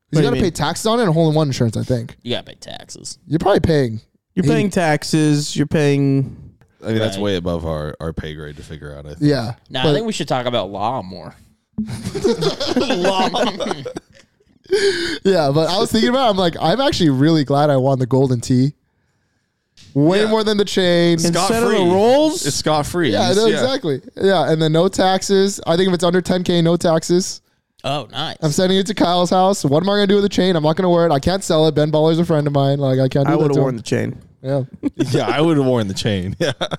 Speaker 1: Because you got to pay
Speaker 3: mean?
Speaker 1: taxes on it and hole in one insurance, I think.
Speaker 2: you gotta pay taxes.
Speaker 1: You're probably paying.
Speaker 3: You're paying taxes. You're paying.
Speaker 4: I mean, that's
Speaker 2: Right.
Speaker 4: way above our, our pay grade to figure out. I think.
Speaker 1: Yeah.
Speaker 2: Now
Speaker 1: but
Speaker 2: I think we should talk about law more.
Speaker 1: yeah, but I was thinking about it. I'm like, I'm actually really glad I won the golden tee. Way
Speaker 4: Yeah.
Speaker 1: more than the chain.
Speaker 3: Instead of the
Speaker 4: Scot-free.
Speaker 3: rolls?
Speaker 4: it's scot free.
Speaker 1: Yeah, I know, exactly. Yeah, and then no taxes. I think if it's under 10K, no taxes.
Speaker 2: Oh, nice.
Speaker 1: I'm sending it to Kyle's house. What am I going to do with the chain? I'm not going to wear it. I can't sell it. Ben Baller's a friend of mine. Like, I can't do
Speaker 3: I would
Speaker 1: that
Speaker 3: have
Speaker 1: to
Speaker 3: worn
Speaker 1: him.
Speaker 3: the chain.
Speaker 1: Yeah.
Speaker 4: yeah, I would have worn the chain. Yeah,
Speaker 1: I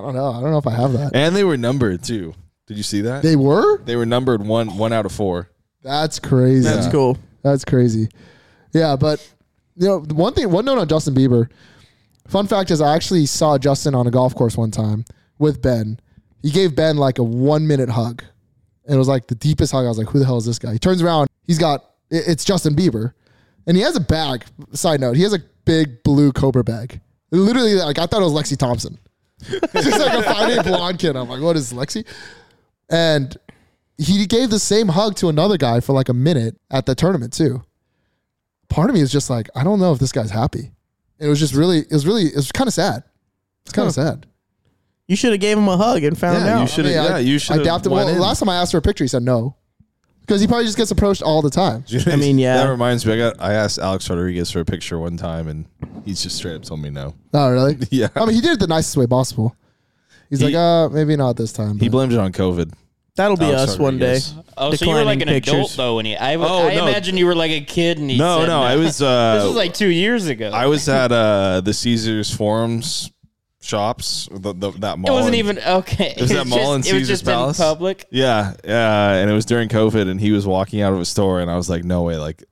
Speaker 1: don't know. I don't know if I have that.
Speaker 4: and they were numbered too. Did you see that? They,
Speaker 1: They were?
Speaker 4: were numbered one one out of four.
Speaker 1: That's crazy.
Speaker 3: That's cool.
Speaker 1: That's crazy. Yeah, but you know, one thing, one note on Justin Bieber. Fun fact is, I actually saw Justin on a golf course one time with Ben. He gave Ben like a one minute hug, and it was like the deepest hug. I was like, "Who the hell is this guy?" He turns around, he's got it- it's Justin Bieber, and he has a bag. Side note, he has a big blue Cobra bag. Literally, like I thought it was Lexi Thompson. Just like a Friday blonde kid. I'm like, what is Lexi? And he gave the same hug to another guy for like a minute at the tournament too. Part of me is just like, I don't know if this guy's happy. It was just really, it was really, it was kind of sad. It's kind of sad.
Speaker 3: You should have gave him a hug and found
Speaker 4: Yeah, you
Speaker 3: out.
Speaker 4: should- should've- yeah, you should've
Speaker 1: adapted-
Speaker 4: went
Speaker 1: Well,
Speaker 4: in.
Speaker 1: last time I asked for a picture, he said no, because he probably just gets approached all the time.
Speaker 3: I mean, yeah.
Speaker 4: That reminds me. I got I asked Alex Rodriguez for a picture one time, and he's just straight up told me no.
Speaker 1: Oh, really?
Speaker 4: Yeah,
Speaker 1: I mean, he did it the nicest way possible. He's
Speaker 4: He-
Speaker 1: like, uh, maybe not this time.
Speaker 4: he
Speaker 1: but-
Speaker 4: blamed it on COVID.
Speaker 3: That'll be
Speaker 4: Alex
Speaker 3: us one day.
Speaker 4: Rodriguez.
Speaker 2: oh, so you were like
Speaker 3: declining
Speaker 2: an adult
Speaker 3: pictures.
Speaker 2: though when you. I,
Speaker 4: Oh,
Speaker 2: I
Speaker 4: no.
Speaker 2: imagine you were like a kid and he
Speaker 4: No,
Speaker 2: said
Speaker 4: no, I was. Uh,
Speaker 2: This was like two years ago.
Speaker 4: I was at uh, the Caesars Forums shops. The, the, that mall.
Speaker 2: it wasn't
Speaker 4: and-
Speaker 2: even okay. It
Speaker 4: was that mall in
Speaker 2: just, It was
Speaker 4: Caesar's
Speaker 2: just
Speaker 4: Palace?
Speaker 2: in public.
Speaker 4: Yeah, yeah, and it was during COVID, and he was walking out of a store, and I was like, "No way!" Like,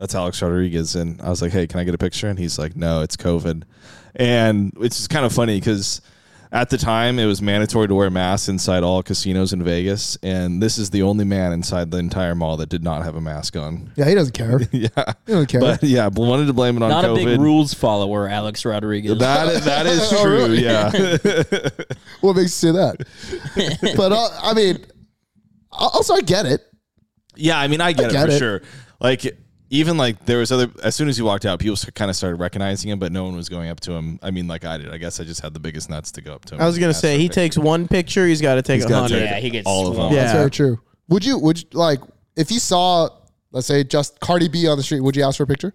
Speaker 4: that's Alex Rodriguez, and I was like, "Hey, can I get a picture?" And he's like, "No, it's COVID," and it's just kind of funny because at the time it was mandatory to wear masks inside all casinos in Vegas, and this is the only man inside the entire mall that did not have a mask on.
Speaker 1: yeah, he doesn't care. he
Speaker 4: Yeah,
Speaker 1: doesn't care.
Speaker 4: but yeah, bl- wanted to blame it on
Speaker 2: Not a
Speaker 4: COVID.
Speaker 2: big rules follower, Alex Rodriguez.
Speaker 4: That that is
Speaker 1: Oh,
Speaker 4: true.
Speaker 1: really?
Speaker 4: Yeah,
Speaker 1: what makes you say that? but uh, I mean, also I get it.
Speaker 4: Yeah, I mean, I get,
Speaker 1: get
Speaker 4: it for
Speaker 1: it.
Speaker 4: sure. Like, even like there was other. As soon as he walked out, people kind of started recognizing him, but no one was going up to him. I mean, like I did. I guess I just had the biggest nuts to go up to him.
Speaker 3: I was gonna say he takes one picture, he's got to take a
Speaker 4: gotta
Speaker 3: hundred.
Speaker 4: take
Speaker 2: yeah, he gets
Speaker 4: all of
Speaker 2: swung.
Speaker 4: them.
Speaker 1: That's
Speaker 3: Yeah.
Speaker 1: very true. Would you would you, like if you saw let's say just Cardi B on the street, would you ask for a picture?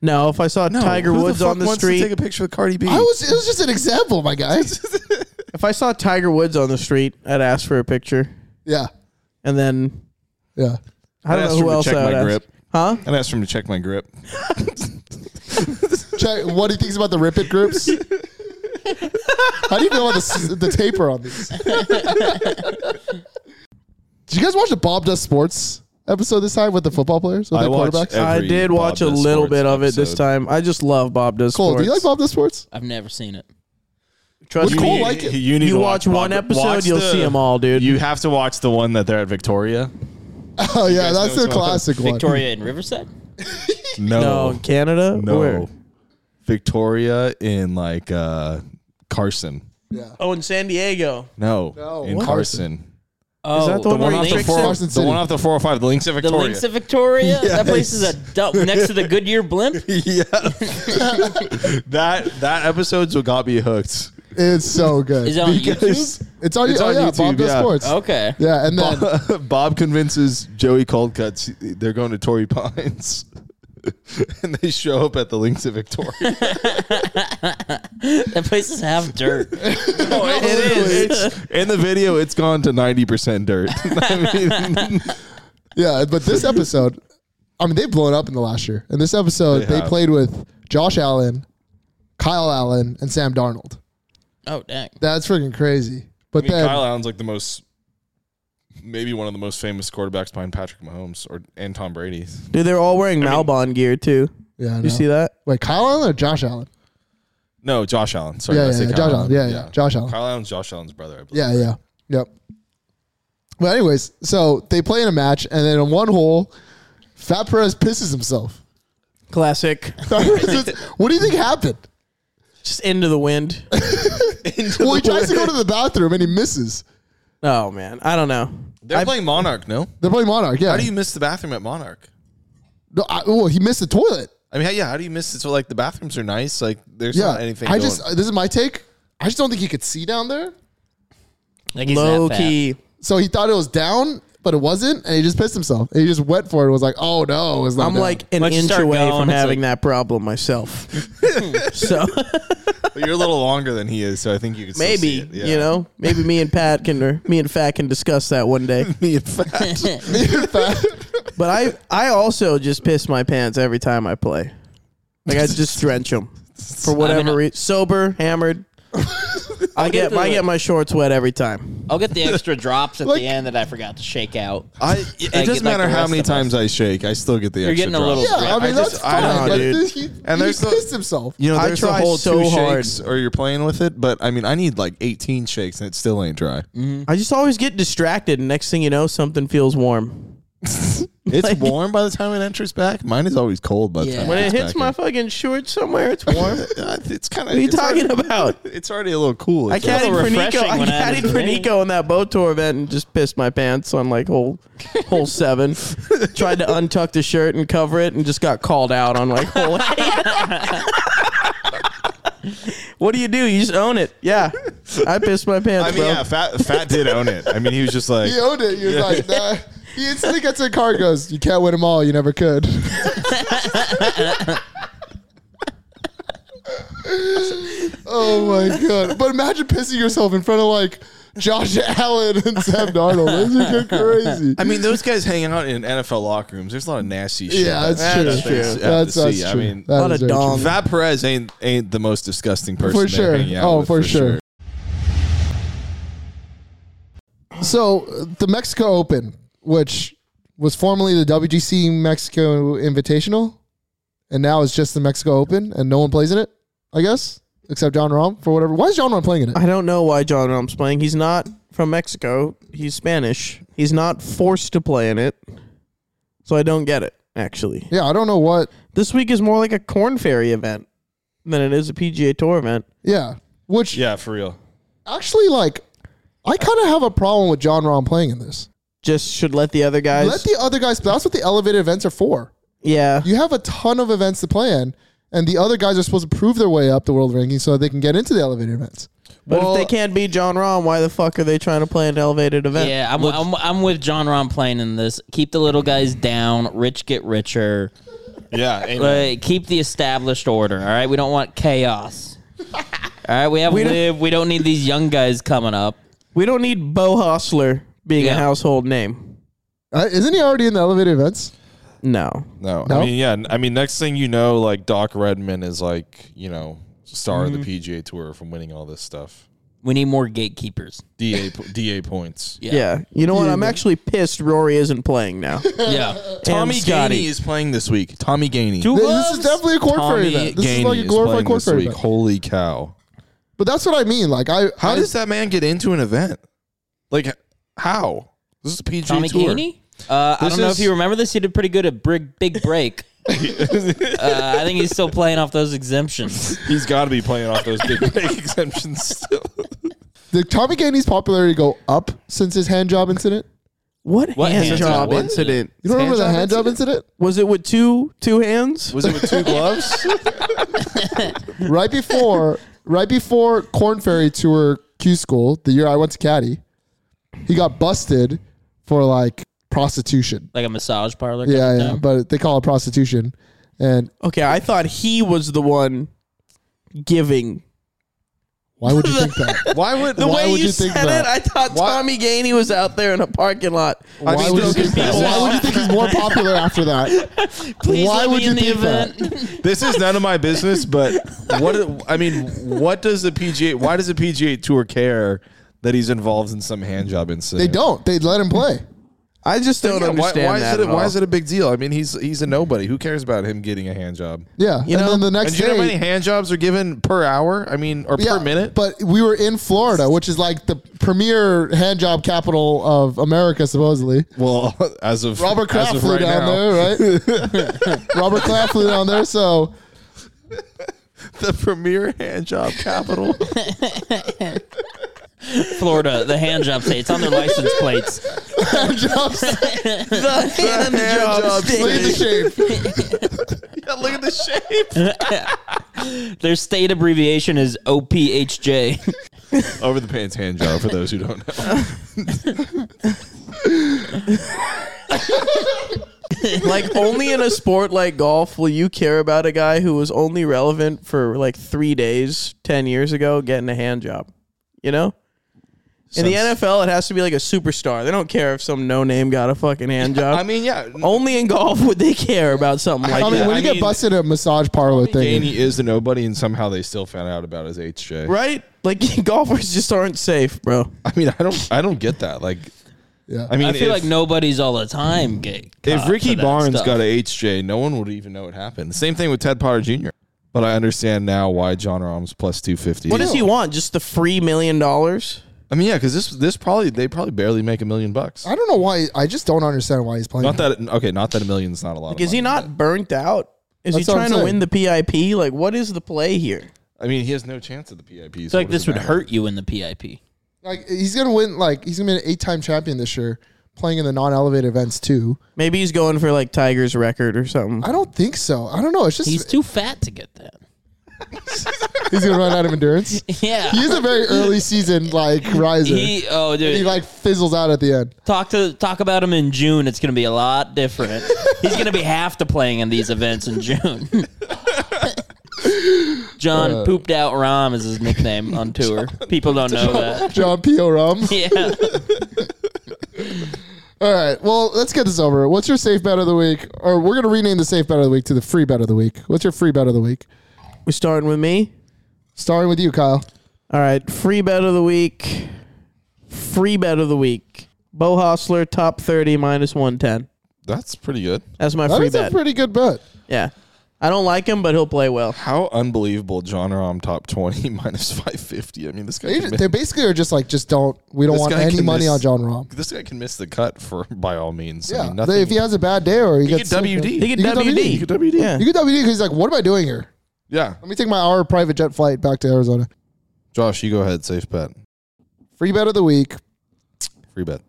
Speaker 3: No, if I saw Tiger Woods on the street,
Speaker 4: take a picture with Cardi B.
Speaker 1: I was it was just an example, my guy.
Speaker 3: if I saw Tiger Woods on the street, I'd ask for a picture,
Speaker 1: yeah.
Speaker 3: and then
Speaker 1: Yeah.
Speaker 3: I don't
Speaker 4: ask
Speaker 3: know
Speaker 4: him
Speaker 3: who
Speaker 4: to
Speaker 3: else
Speaker 4: check
Speaker 3: I would
Speaker 4: my
Speaker 3: ask.
Speaker 4: grip.
Speaker 3: Huh?
Speaker 4: I asked him to check my grip.
Speaker 1: Check what he thinks about the rip it groups. How do you feel about the, s- the taper on these? Did you guys watch the Bob Does Sports episode this time with the football players? With
Speaker 4: I
Speaker 1: the
Speaker 4: watched
Speaker 1: quarterbacks?
Speaker 4: every
Speaker 3: I did
Speaker 4: Bob
Speaker 3: watch a
Speaker 4: Does
Speaker 3: little
Speaker 4: Sports
Speaker 3: bit of it this
Speaker 4: episode.
Speaker 3: time. I just love Bob does
Speaker 1: Cole, do you like
Speaker 3: Sports.
Speaker 1: Bob Does Sports?
Speaker 2: I've never seen it.
Speaker 3: Trust
Speaker 1: Would
Speaker 3: me,
Speaker 1: Cole
Speaker 3: you,
Speaker 1: like it?
Speaker 4: You need to
Speaker 3: watch, one
Speaker 4: Bob-
Speaker 3: episode,
Speaker 4: watch
Speaker 3: you'll
Speaker 4: the-
Speaker 3: see them all, dude.
Speaker 4: You have to watch the one that they're at Victoria.
Speaker 1: Oh yeah,
Speaker 4: guys
Speaker 1: that's
Speaker 4: know
Speaker 1: the
Speaker 4: which one.
Speaker 1: classic one.
Speaker 2: Victoria and Riverside.
Speaker 3: No,
Speaker 4: No,
Speaker 3: Canada.
Speaker 4: no,
Speaker 3: Where?
Speaker 4: Victoria in like uh, Carson.
Speaker 3: Oh, in San Diego.
Speaker 4: No,
Speaker 1: No,
Speaker 4: in
Speaker 1: what?
Speaker 4: Carson.
Speaker 2: Oh,
Speaker 3: that the
Speaker 4: The one
Speaker 3: Or
Speaker 4: off the
Speaker 3: Links
Speaker 4: four,
Speaker 1: in- Carson
Speaker 4: the
Speaker 1: City.
Speaker 4: one off the four hundred five. The links of
Speaker 2: The
Speaker 4: Victoria.
Speaker 2: links of Victoria. That place is a du- next to the Goodyear blimp.
Speaker 4: yeah, that that episode's what got me hooked.
Speaker 1: It's so good.
Speaker 2: Is it on
Speaker 4: Because-
Speaker 2: YouTube?
Speaker 1: it's on,
Speaker 4: It's
Speaker 1: oh,
Speaker 4: on
Speaker 1: yeah,
Speaker 4: YouTube,
Speaker 1: Bob Does
Speaker 4: yeah.
Speaker 1: Sports.
Speaker 2: Okay.
Speaker 1: Yeah, and then
Speaker 4: Bob, Bob convinces Joey Coldcuts they're going to Torrey Pines, and they show up at the links of Victoria.
Speaker 2: That place is half dirt. no, it is.
Speaker 4: It's- in the video, it's gone to ninety percent dirt. I mean,
Speaker 1: yeah, but this episode, I mean, they've blown up in the last year. In this episode,
Speaker 4: They
Speaker 1: they,
Speaker 4: have.
Speaker 1: played with Josh Allen, Kyle Allen, and Sam Darnold.
Speaker 2: Oh dang.
Speaker 1: That's freaking crazy. But
Speaker 4: I mean,
Speaker 1: then,
Speaker 4: Kyle Allen's like the most, maybe one of the most famous quarterbacks behind Patrick Mahomes or and Tom Brady.
Speaker 3: Dude, they're all wearing Malbon gear too.
Speaker 1: yeah, I know.
Speaker 3: You see that?
Speaker 1: Wait, Kyle Allen or Josh Allen?
Speaker 4: No, Josh Allen. Sorry,
Speaker 1: Yeah,
Speaker 4: did I
Speaker 1: yeah,
Speaker 4: say
Speaker 1: yeah,
Speaker 4: Kyle
Speaker 1: Josh Allen. Yeah, yeah, Josh Allen.
Speaker 4: Kyle Allen's Josh Allen's brother. I believe.
Speaker 1: Yeah, yeah, yep. But anyways, so they play in a match, and then in one hole, Fat Perez pisses himself.
Speaker 3: Classic.
Speaker 1: Fat Perez is- what do you think happened?
Speaker 3: Just into the wind.
Speaker 1: Well, he tries to go to the bathroom and he misses.
Speaker 3: Oh man, I don't know.
Speaker 4: They're playing Monarch. No,
Speaker 1: They're playing Monarch. Yeah.
Speaker 4: how do you miss the bathroom at Monarch?
Speaker 1: No, I, well, he missed the toilet.
Speaker 4: I mean, how- yeah, how do you miss it? So like the bathrooms are nice. Like there's
Speaker 1: Yeah.
Speaker 4: not anything.
Speaker 1: I
Speaker 4: going.
Speaker 1: just this is my take. I just don't think he could see down there.
Speaker 2: Like he's
Speaker 3: Low
Speaker 2: that fat.
Speaker 3: key.
Speaker 1: So he thought it was down, but it wasn't, and he just pissed himself. And he just went for it. and Was like, oh no, it's not.
Speaker 3: I'm
Speaker 1: down.
Speaker 3: like an
Speaker 2: Let's
Speaker 3: inch
Speaker 2: start
Speaker 3: away
Speaker 2: going.
Speaker 3: from
Speaker 2: It's
Speaker 3: having
Speaker 2: like-
Speaker 3: that problem myself. so
Speaker 4: But you're a little longer than he is, so I think you could still see
Speaker 3: maybe
Speaker 4: it. Yeah.
Speaker 3: you know, maybe me and Pat can, or me and Fat can discuss that one day.
Speaker 4: me in fact.
Speaker 1: In fact,
Speaker 3: But I, I also just piss my pants every time I play. Like I just drench them for whatever reason. Sober, hammered. I get, I get my shorts wet every time.
Speaker 2: I'll get the extra drops at
Speaker 1: Like-
Speaker 2: the end that I forgot to shake out.
Speaker 4: I, it doesn't
Speaker 2: like
Speaker 4: matter
Speaker 2: the
Speaker 4: how
Speaker 2: rest
Speaker 4: many
Speaker 2: of us.
Speaker 4: times I shake, I still get the
Speaker 2: You're
Speaker 4: extra
Speaker 2: getting a
Speaker 4: drop.
Speaker 2: little-
Speaker 1: yeah, I
Speaker 2: I
Speaker 1: mean
Speaker 4: just-
Speaker 1: that's
Speaker 4: I
Speaker 1: fine.
Speaker 4: don't know,
Speaker 1: but
Speaker 3: dude.
Speaker 1: this- he,
Speaker 4: And
Speaker 1: he
Speaker 4: there's no-
Speaker 1: pissed himself.
Speaker 4: You know,
Speaker 3: I
Speaker 4: there's a
Speaker 3: try
Speaker 4: whole
Speaker 3: so
Speaker 4: two
Speaker 3: hard.
Speaker 4: shakes or you're playing with it, but I mean, I need like 18 shakes and it still ain't dry.
Speaker 3: I just always get distracted, and next thing you know, something feels warm.
Speaker 4: It's warm by the time it enters back. Mine is always cold by the
Speaker 2: Yeah.
Speaker 4: time
Speaker 3: When it
Speaker 4: enters
Speaker 3: hits my
Speaker 4: back
Speaker 3: fucking shorts somewhere, it's warm. what
Speaker 4: in. Uh, it's kind of.
Speaker 3: are you talking about?
Speaker 4: It's already a little cool.
Speaker 3: I
Speaker 4: It's
Speaker 3: caddied
Speaker 4: like-
Speaker 2: little
Speaker 3: for Nico.
Speaker 2: refreshing
Speaker 3: I
Speaker 2: when I had
Speaker 3: caddied
Speaker 2: it
Speaker 3: for
Speaker 2: today.
Speaker 3: Nico in that boat tour event and just pissed my pants on like whole whole seven. Tried to untuck the shirt and cover it and just got called out on like whole eight. what do you do? You just own it. Yeah, I pissed my pants,
Speaker 4: I mean,
Speaker 3: bro.
Speaker 4: yeah, fat, fat did own it. I mean, he was just like,
Speaker 1: He owned it. He was like, nah. He instantly gets in the car and goes, You can't win them all. You never could. oh my God. But imagine pissing yourself in front of like Josh Allen and Sam Darnold. This would get crazy.
Speaker 4: I mean, those guys hang out in NFL locker rooms. There's a lot of nasty shit.
Speaker 1: yeah,
Speaker 4: out
Speaker 1: that's
Speaker 4: there
Speaker 1: true.
Speaker 4: that they have to
Speaker 1: That's, that's
Speaker 4: see.
Speaker 1: true.
Speaker 4: I mean,
Speaker 1: That
Speaker 3: What
Speaker 1: is
Speaker 3: a
Speaker 1: very true.
Speaker 3: dong.
Speaker 4: Fat Perez ain't ain't the most disgusting person
Speaker 1: For
Speaker 4: they're
Speaker 1: sure.
Speaker 4: hanging out
Speaker 1: Oh,
Speaker 4: with,
Speaker 1: for sure. So uh, the Mexico Open, which was formerly the WGC Mexico Invitational, and now it's just the Mexico Open, and no one plays in it, I guess, except John Rom for whatever. Why is John Rom playing in it?
Speaker 3: I don't know why John Rahm's playing. He's not from Mexico. He's Spanish. He's not forced to play in it, so I don't get it. Actually,
Speaker 1: Yeah, I don't know what.
Speaker 3: this week is more like a corn fairy event than it is a PGA Tour event.
Speaker 1: Yeah, which
Speaker 4: Yeah, for real.
Speaker 1: actually, like, I kind of have a problem with John Rom playing in this.
Speaker 3: just should let the other guys.
Speaker 1: Let the other guys. That's what the elevated events are for.
Speaker 3: yeah,
Speaker 1: you have a ton of events to play in, and the other guys are supposed to prove their way up the world ranking so that they can get into the elevator events.
Speaker 3: but
Speaker 4: Well-
Speaker 3: if they can't beat John Rahm, why the fuck are they trying to play an elevated event?
Speaker 2: Yeah, I'm, I'm, I'm with John Ron playing in this. Keep the little guys down. Rich get richer.
Speaker 4: Yeah, ain't
Speaker 2: Like, Uh, keep the established order. All right, we don't want chaos. All right, we have
Speaker 3: We don't-
Speaker 2: live. We don't need these young guys coming up.
Speaker 3: We don't need Bo Hostler being a
Speaker 2: Yeah.
Speaker 3: household name.
Speaker 1: Uh, isn't he already in the elevator events?
Speaker 3: No,
Speaker 4: no.
Speaker 1: No?
Speaker 4: I mean, yeah. I mean, next thing you know, like Doc Redman is like you know star of
Speaker 1: Mm-hmm.
Speaker 4: the PGA Tour from winning all this stuff.
Speaker 2: We need more gatekeepers.
Speaker 4: Da po- da points.
Speaker 3: yeah. you know what? I'm actually pissed. Rory isn't playing now.
Speaker 2: Yeah.
Speaker 4: Tommy
Speaker 3: And Scotty.
Speaker 4: Gainey is playing this week. Tommy Gainey.
Speaker 2: Two-
Speaker 1: Th-
Speaker 2: Whoops.
Speaker 1: This is definitely a court
Speaker 4: Tommy
Speaker 1: fairy event. This
Speaker 4: Gainey
Speaker 1: is like a
Speaker 4: is
Speaker 1: glorified
Speaker 4: playing
Speaker 1: court
Speaker 4: this
Speaker 1: fairy
Speaker 4: week.
Speaker 1: event.
Speaker 4: Holy cow!
Speaker 1: But that's what I mean. Like I,
Speaker 4: How
Speaker 1: I
Speaker 4: does that man get into an event? Like how? This is a PGA
Speaker 2: Tommy
Speaker 4: Tour.
Speaker 2: Gainey? Uh, I
Speaker 4: This
Speaker 2: don't know
Speaker 4: is-
Speaker 2: if you remember this. He did pretty good at Big, big Break. uh, I think he's still playing off those exemptions.
Speaker 4: He's got to be playing off those big break exemptions still.
Speaker 1: Did Tommy Gandy's popularity go up since his hand job incident?
Speaker 3: What,
Speaker 2: What
Speaker 3: hand,
Speaker 2: hand
Speaker 3: job
Speaker 2: job?
Speaker 3: incident?
Speaker 1: You don't remember the hand job incident?
Speaker 3: Was it with two two hands?
Speaker 4: Was it with two gloves?
Speaker 1: right before right before Corn Ferry tour Q school, the year I went to Caddy, he got busted for like prostitution.
Speaker 2: Like a massage parlor. kind
Speaker 1: Yeah,
Speaker 2: of
Speaker 1: yeah,
Speaker 2: thing.
Speaker 1: but they call it prostitution. And
Speaker 3: okay, I thought he was the one giving.
Speaker 1: why would you think that?
Speaker 4: Why would
Speaker 3: The
Speaker 1: Why
Speaker 3: way
Speaker 1: would
Speaker 3: you,
Speaker 1: you
Speaker 3: said
Speaker 1: think that?
Speaker 3: it, I thought
Speaker 4: Why-
Speaker 3: Tommy Gainey was out there in a parking lot.
Speaker 4: I
Speaker 1: Why would,
Speaker 4: mean,
Speaker 1: you
Speaker 4: don't
Speaker 1: think
Speaker 4: get
Speaker 1: that?
Speaker 4: me
Speaker 1: why would you think he's more popular after that?
Speaker 2: Please
Speaker 1: Why
Speaker 2: let
Speaker 1: would
Speaker 2: me
Speaker 1: you
Speaker 2: in the
Speaker 1: think that?
Speaker 2: event.
Speaker 4: this is none of my business, but what I mean, what does the PGA why does the PGA tour care that he's involved in some hand job
Speaker 1: They
Speaker 4: incident?
Speaker 1: don't. They let him play.
Speaker 3: I just don't
Speaker 4: Yeah, why,
Speaker 3: understand
Speaker 4: why is
Speaker 3: that.
Speaker 4: it
Speaker 3: at
Speaker 4: a- why
Speaker 3: all.
Speaker 4: is it a big deal? I mean, he's he's a nobody. Who cares about him getting a hand job?
Speaker 1: Yeah.
Speaker 3: You
Speaker 1: and
Speaker 3: know?
Speaker 1: then the
Speaker 4: And
Speaker 1: next
Speaker 4: do you know how many
Speaker 1: day,
Speaker 4: hand jobs are given per hour? I mean, or
Speaker 1: yeah,
Speaker 4: per minute?
Speaker 1: But we were in Florida, which is like the premier hand job capital of America, supposedly.
Speaker 4: well, as of
Speaker 1: Robert
Speaker 4: as
Speaker 1: Kraft
Speaker 4: of
Speaker 1: flew
Speaker 4: right
Speaker 1: down
Speaker 4: now,
Speaker 1: there, right? Robert Kraft flew down there, so
Speaker 4: the premier hand job capital.
Speaker 2: Florida, the hand job state. It's on their license plates.
Speaker 1: jobs
Speaker 3: the hand
Speaker 4: hand
Speaker 3: job
Speaker 4: job
Speaker 3: stick.
Speaker 1: lead the shape.
Speaker 4: yeah, look at the shape.
Speaker 2: Their state abbreviation is OPHJ.
Speaker 4: Over the pants hand job for those who don't know.
Speaker 3: like only in a sport like golf will you care about a guy who was only relevant for like three days 10 years ago getting a hand job you know in the
Speaker 4: Sounds-
Speaker 3: nfl it has to be like a superstar they don't care if some no-name got a fucking hand job
Speaker 4: I mean, yeah.
Speaker 3: only in golf would they care about something like
Speaker 1: I mean,
Speaker 3: that
Speaker 1: when
Speaker 4: I
Speaker 1: you get
Speaker 4: mean-
Speaker 1: busted in a massage parlor thing,
Speaker 4: Gainey is the nobody, and somehow they still found out about his HJ.
Speaker 3: right like golfers just aren't safe bro
Speaker 4: I mean, I don't, I don't get that. Like,
Speaker 1: yeah.
Speaker 4: I mean,
Speaker 2: I feel
Speaker 4: if,
Speaker 2: like nobody's all the time get
Speaker 4: if
Speaker 2: caught for
Speaker 4: Ricky
Speaker 2: that
Speaker 4: Barnes
Speaker 2: stuff.
Speaker 4: got a HJ, no one would even know it happened. Same thing with Ted Potter Jr. But I understand now why John Rahm's plus two fifty.
Speaker 3: what does he want just the free million dollars
Speaker 4: I mean, yeah, because this, this probably they probably barely make a million bucks.
Speaker 1: I don't know why. I just don't understand why he's playing.
Speaker 4: Not that okay, not that a million's not a lot. of
Speaker 3: is he
Speaker 4: money,
Speaker 3: not burnt out is
Speaker 1: That's
Speaker 3: he
Speaker 1: what I'm
Speaker 3: trying to
Speaker 1: saying.
Speaker 3: win the pip like what is the play here
Speaker 4: but- I mean, he has no chance at the PIP.
Speaker 2: It's like this would hurt you in the PIP.
Speaker 1: Like he's gonna win. Like he's gonna be an eight-time champion this year, playing in the non-elevated events too.
Speaker 3: Maybe he's going for like Tiger's record or something.
Speaker 1: I don't think so. I don't know. It's just
Speaker 2: He's
Speaker 1: he's,
Speaker 2: too fat to get that.
Speaker 1: gonna run out of endurance.
Speaker 2: Yeah.
Speaker 1: He's a very early season like riser. He,
Speaker 2: He oh dude
Speaker 1: like fizzles out at the end.
Speaker 2: talk to talk about him in June it's gonna be a lot different he's gonna be half to playing in these events in June John
Speaker 4: Uh,
Speaker 2: pooped out Rom is his nickname on tour people don't know that
Speaker 1: John P. O. Rum.
Speaker 2: yeah
Speaker 1: All right. Well, let's get this over. What's your safe bet of the week? Or we're gonna rename the safe bet of the week to the free bet of the week. What's your free bet of the week?
Speaker 3: We're starting with me.
Speaker 1: Starting with you, Kyle.
Speaker 3: All right, free bet of the week. Free bet of the week. Bo Hostler top thirty minus one ten.
Speaker 4: That's pretty good.
Speaker 3: That's my
Speaker 1: That
Speaker 3: free
Speaker 1: is Oh, a
Speaker 3: bet.
Speaker 1: pretty good bet.
Speaker 3: yeah, I don't like him, but he'll play well.
Speaker 4: How unbelievable! John Rahm top twenty minus five fifty. I mean, this guy.
Speaker 1: They,
Speaker 4: can
Speaker 1: they
Speaker 4: miss,
Speaker 1: basically are just like, just don't. We don't
Speaker 4: This
Speaker 1: want
Speaker 4: guy
Speaker 1: any
Speaker 4: can
Speaker 1: money
Speaker 4: miss-
Speaker 1: on John Rom.
Speaker 4: this guy can miss the cut for by all means. I
Speaker 1: Yeah,
Speaker 4: mean,
Speaker 1: they-
Speaker 4: nothing.
Speaker 1: if he has a bad day or he,
Speaker 4: you
Speaker 1: gets sick,
Speaker 4: get WD.
Speaker 1: then-
Speaker 3: He could
Speaker 1: You could
Speaker 3: WD.
Speaker 1: WD.
Speaker 4: You get WD.
Speaker 3: Yeah.
Speaker 1: you get WD because he's like, what am I doing here?
Speaker 4: yeah.
Speaker 1: Let me take my hour private jet flight back to Arizona.
Speaker 4: Josh, you go ahead. Safe bet.
Speaker 1: Free bet of the week.
Speaker 4: Free bet.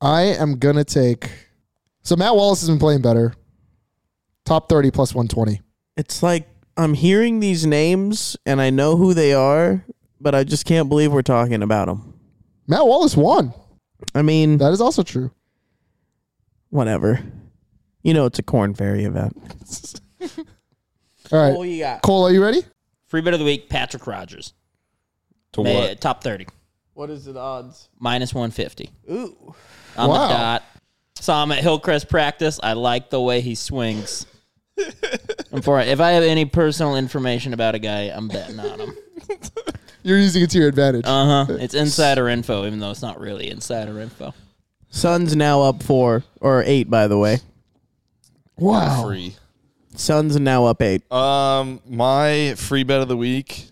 Speaker 1: I am gonna take. So Matt Wallace has been playing better. Top thirty plus one twenty.
Speaker 3: It's like I'm hearing these names and I know who they are, but I just can't believe we're talking about them.
Speaker 1: Matt Wallace won.
Speaker 3: I mean,
Speaker 1: That is also true.
Speaker 3: whatever. You know, it's a corn fairy event.
Speaker 1: All right,
Speaker 3: you got?
Speaker 1: Cole, are you ready?
Speaker 2: free bet of the week Patrick Rogers
Speaker 4: To
Speaker 2: May-
Speaker 4: what?
Speaker 2: top 30
Speaker 3: What is the odds?
Speaker 2: minus 150
Speaker 3: Ooh.
Speaker 2: on
Speaker 1: Wow.
Speaker 2: the dot. Saw him at Hillcrest practice. I like the way he swings. And for if I have any personal information about a guy, I'm betting on him.
Speaker 1: You're using it to your advantage.
Speaker 2: Uh huh. It's insider info, even though it's not really insider info.
Speaker 3: Sun's now up four or eight, by the way.
Speaker 1: wow.
Speaker 4: Free.
Speaker 3: Sun's now up eight.
Speaker 4: Um, my free bet of the week.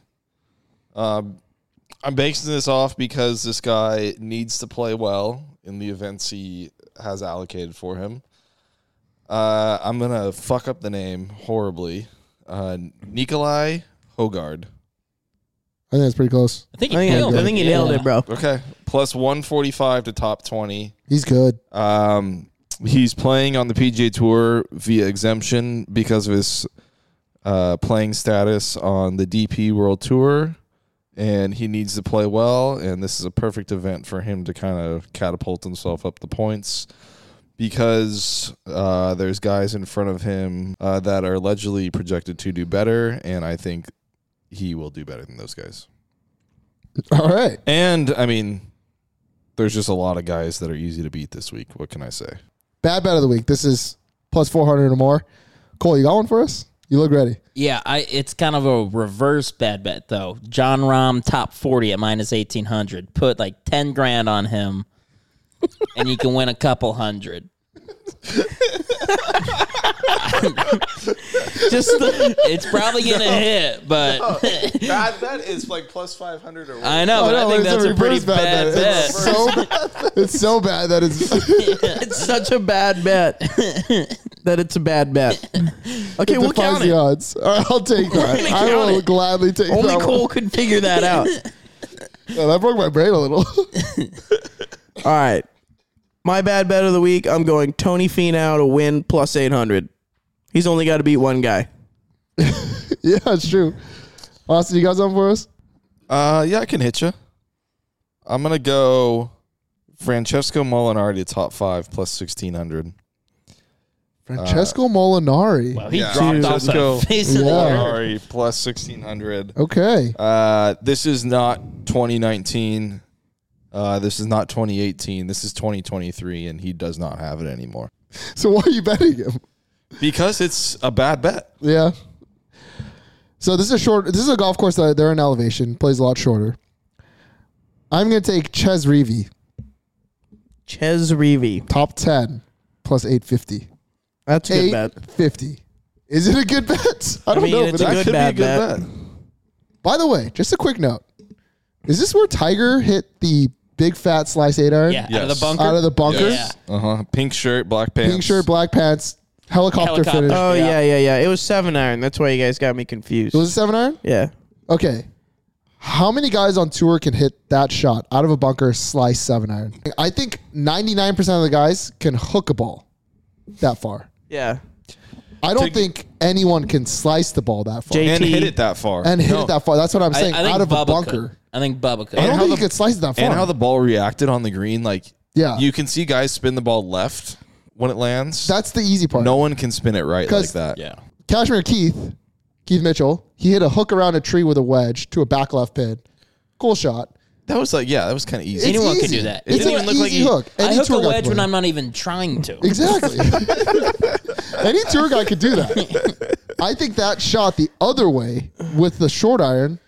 Speaker 4: Um, I'm basing this off because this guy needs to play well in the events he has allocated for him. Uh, I'm gonna fuck up the name horribly. Uh, Nikolai Hogard.
Speaker 1: I think that's pretty close.
Speaker 2: I think
Speaker 3: I
Speaker 2: he
Speaker 3: think,
Speaker 2: nailed
Speaker 3: I
Speaker 2: it.
Speaker 3: think you nailed it, bro.
Speaker 4: Okay, plus 145 to top 20.
Speaker 1: He's good.
Speaker 4: Um, he's playing on the PGA Tour via exemption because of his uh, playing status on the DP World Tour, and he needs to play well. And this is a perfect event for him to kind of catapult himself up the points because uh, there's guys in front of him uh, that are allegedly projected to do better, and I think he will do better than those guys.
Speaker 1: All right.
Speaker 4: And I mean, there's just a lot of guys that are easy to beat this week. What can I say?
Speaker 1: Bad bet of the week. This is plus 400 or more. Cole, you got one for us? You look ready.
Speaker 2: Yeah, I, it's kind of a reverse bad bet though. John Rahm top forty at minus eighteen hundred. Put like ten grand on him, and you can win a couple hundred.
Speaker 3: Just the,
Speaker 2: It's probably gonna hit, but
Speaker 4: Bad bet is like plus 500 or
Speaker 2: I know. But Oh, I
Speaker 1: no,
Speaker 2: think
Speaker 1: it's
Speaker 2: that's a, pretty
Speaker 1: reverse
Speaker 2: bad, bet.
Speaker 1: It's so, it's so bad that it's.
Speaker 3: it's such a bad bet that it's a bad bet. Okay, we'll
Speaker 1: defies
Speaker 3: count
Speaker 1: the
Speaker 3: it.
Speaker 1: odds. All right, I'll take that.
Speaker 3: gonna
Speaker 1: I
Speaker 3: count
Speaker 1: will
Speaker 3: it.
Speaker 1: gladly take
Speaker 3: Only
Speaker 1: that. one.
Speaker 3: Cole could figure that out.
Speaker 1: Yeah, that broke my brain a little.
Speaker 3: All right. My bad bet of the week, I'm going Tony Finau to win plus 800. He's only got to beat one guy.
Speaker 1: yeah, it's true. Austin, you got something for us?
Speaker 4: Uh, yeah, I can hit you. I'm gonna go Francesco Molinari to top five plus 1600.
Speaker 1: Francesco Molinari.
Speaker 2: Well, he
Speaker 4: Yeah.
Speaker 2: dropped
Speaker 4: Dude,
Speaker 2: off
Speaker 4: let's
Speaker 2: the
Speaker 4: go.
Speaker 2: face of the
Speaker 1: Yeah.
Speaker 2: earth.
Speaker 4: Molinari plus 1600.
Speaker 1: Okay.
Speaker 4: Uh, this is not 2019. Uh, this is not 2018. This is 2023, and he does not have it anymore
Speaker 1: So why are you betting him?
Speaker 4: because it's a bad bet.
Speaker 1: Yeah. So this is a short. This is a golf course that they're in elevation. Plays a lot shorter. I'm going to take Ches Reavy,
Speaker 3: Ches Reavy.
Speaker 1: top ten, plus eight fifty.
Speaker 3: That's a good
Speaker 1: Eight
Speaker 3: bet.
Speaker 1: fifty. Is it a good bet? I don't
Speaker 3: mean,
Speaker 1: know.
Speaker 3: it's
Speaker 1: but
Speaker 3: a
Speaker 1: I-
Speaker 3: good bad bet.
Speaker 1: By the way, just a quick note: Is this where Tiger hit the big fat slice eight iron?
Speaker 2: Yeah, out of
Speaker 4: Yes.
Speaker 2: the bunker.
Speaker 1: Out of the bunker.
Speaker 2: Yeah.
Speaker 4: Uh huh. Pink shirt, black pants.
Speaker 1: Pink shirt, black pants, helicopter,
Speaker 2: Helicopter.
Speaker 1: finish.
Speaker 3: Oh,
Speaker 2: Yeah.
Speaker 3: yeah. yeah, yeah, It was seven iron. That's why you guys got me confused.
Speaker 1: It was a seven iron.
Speaker 3: yeah.
Speaker 1: Okay. How many guys on tour can hit that shot out of a bunker slice seven iron? I think 99% of the guys can hook a ball that far.
Speaker 3: Yeah.
Speaker 1: I don't think anyone can slice the ball that far
Speaker 3: JT.
Speaker 4: and hit it that far.
Speaker 1: and hit
Speaker 4: No.
Speaker 1: it that far. That's what I'm
Speaker 2: I,
Speaker 1: saying.
Speaker 2: I think
Speaker 1: out of
Speaker 2: Bubba
Speaker 1: a bunker.
Speaker 2: Could. I think Bubba could.
Speaker 1: I don't
Speaker 4: how
Speaker 1: think you
Speaker 4: the-
Speaker 1: could slice it that far.
Speaker 4: and how the ball reacted on the green. Like,
Speaker 1: Yeah.
Speaker 4: you can see guys spin the ball left when it lands.
Speaker 1: That's the easy part.
Speaker 4: no one can spin it right
Speaker 1: 'Cause-
Speaker 4: like that.
Speaker 2: yeah.
Speaker 1: Cashmere Keith, Keith Mitchell, he hit a hook around a tree with a wedge to a back left pin. Cool shot.
Speaker 4: That was like, yeah, that was kind of easy.
Speaker 1: It's
Speaker 2: Anyone could
Speaker 1: easy.
Speaker 2: do that. It
Speaker 1: It's
Speaker 2: didn't
Speaker 1: an
Speaker 2: even look like
Speaker 1: easy
Speaker 2: he-
Speaker 1: hook.
Speaker 2: I
Speaker 1: Any
Speaker 2: hook a
Speaker 1: tour guide
Speaker 2: wedge
Speaker 1: can
Speaker 2: when
Speaker 1: play.
Speaker 2: I'm not even trying to.
Speaker 1: Exactly. Any tour guy could do that. I think that shot the other way with the short iron.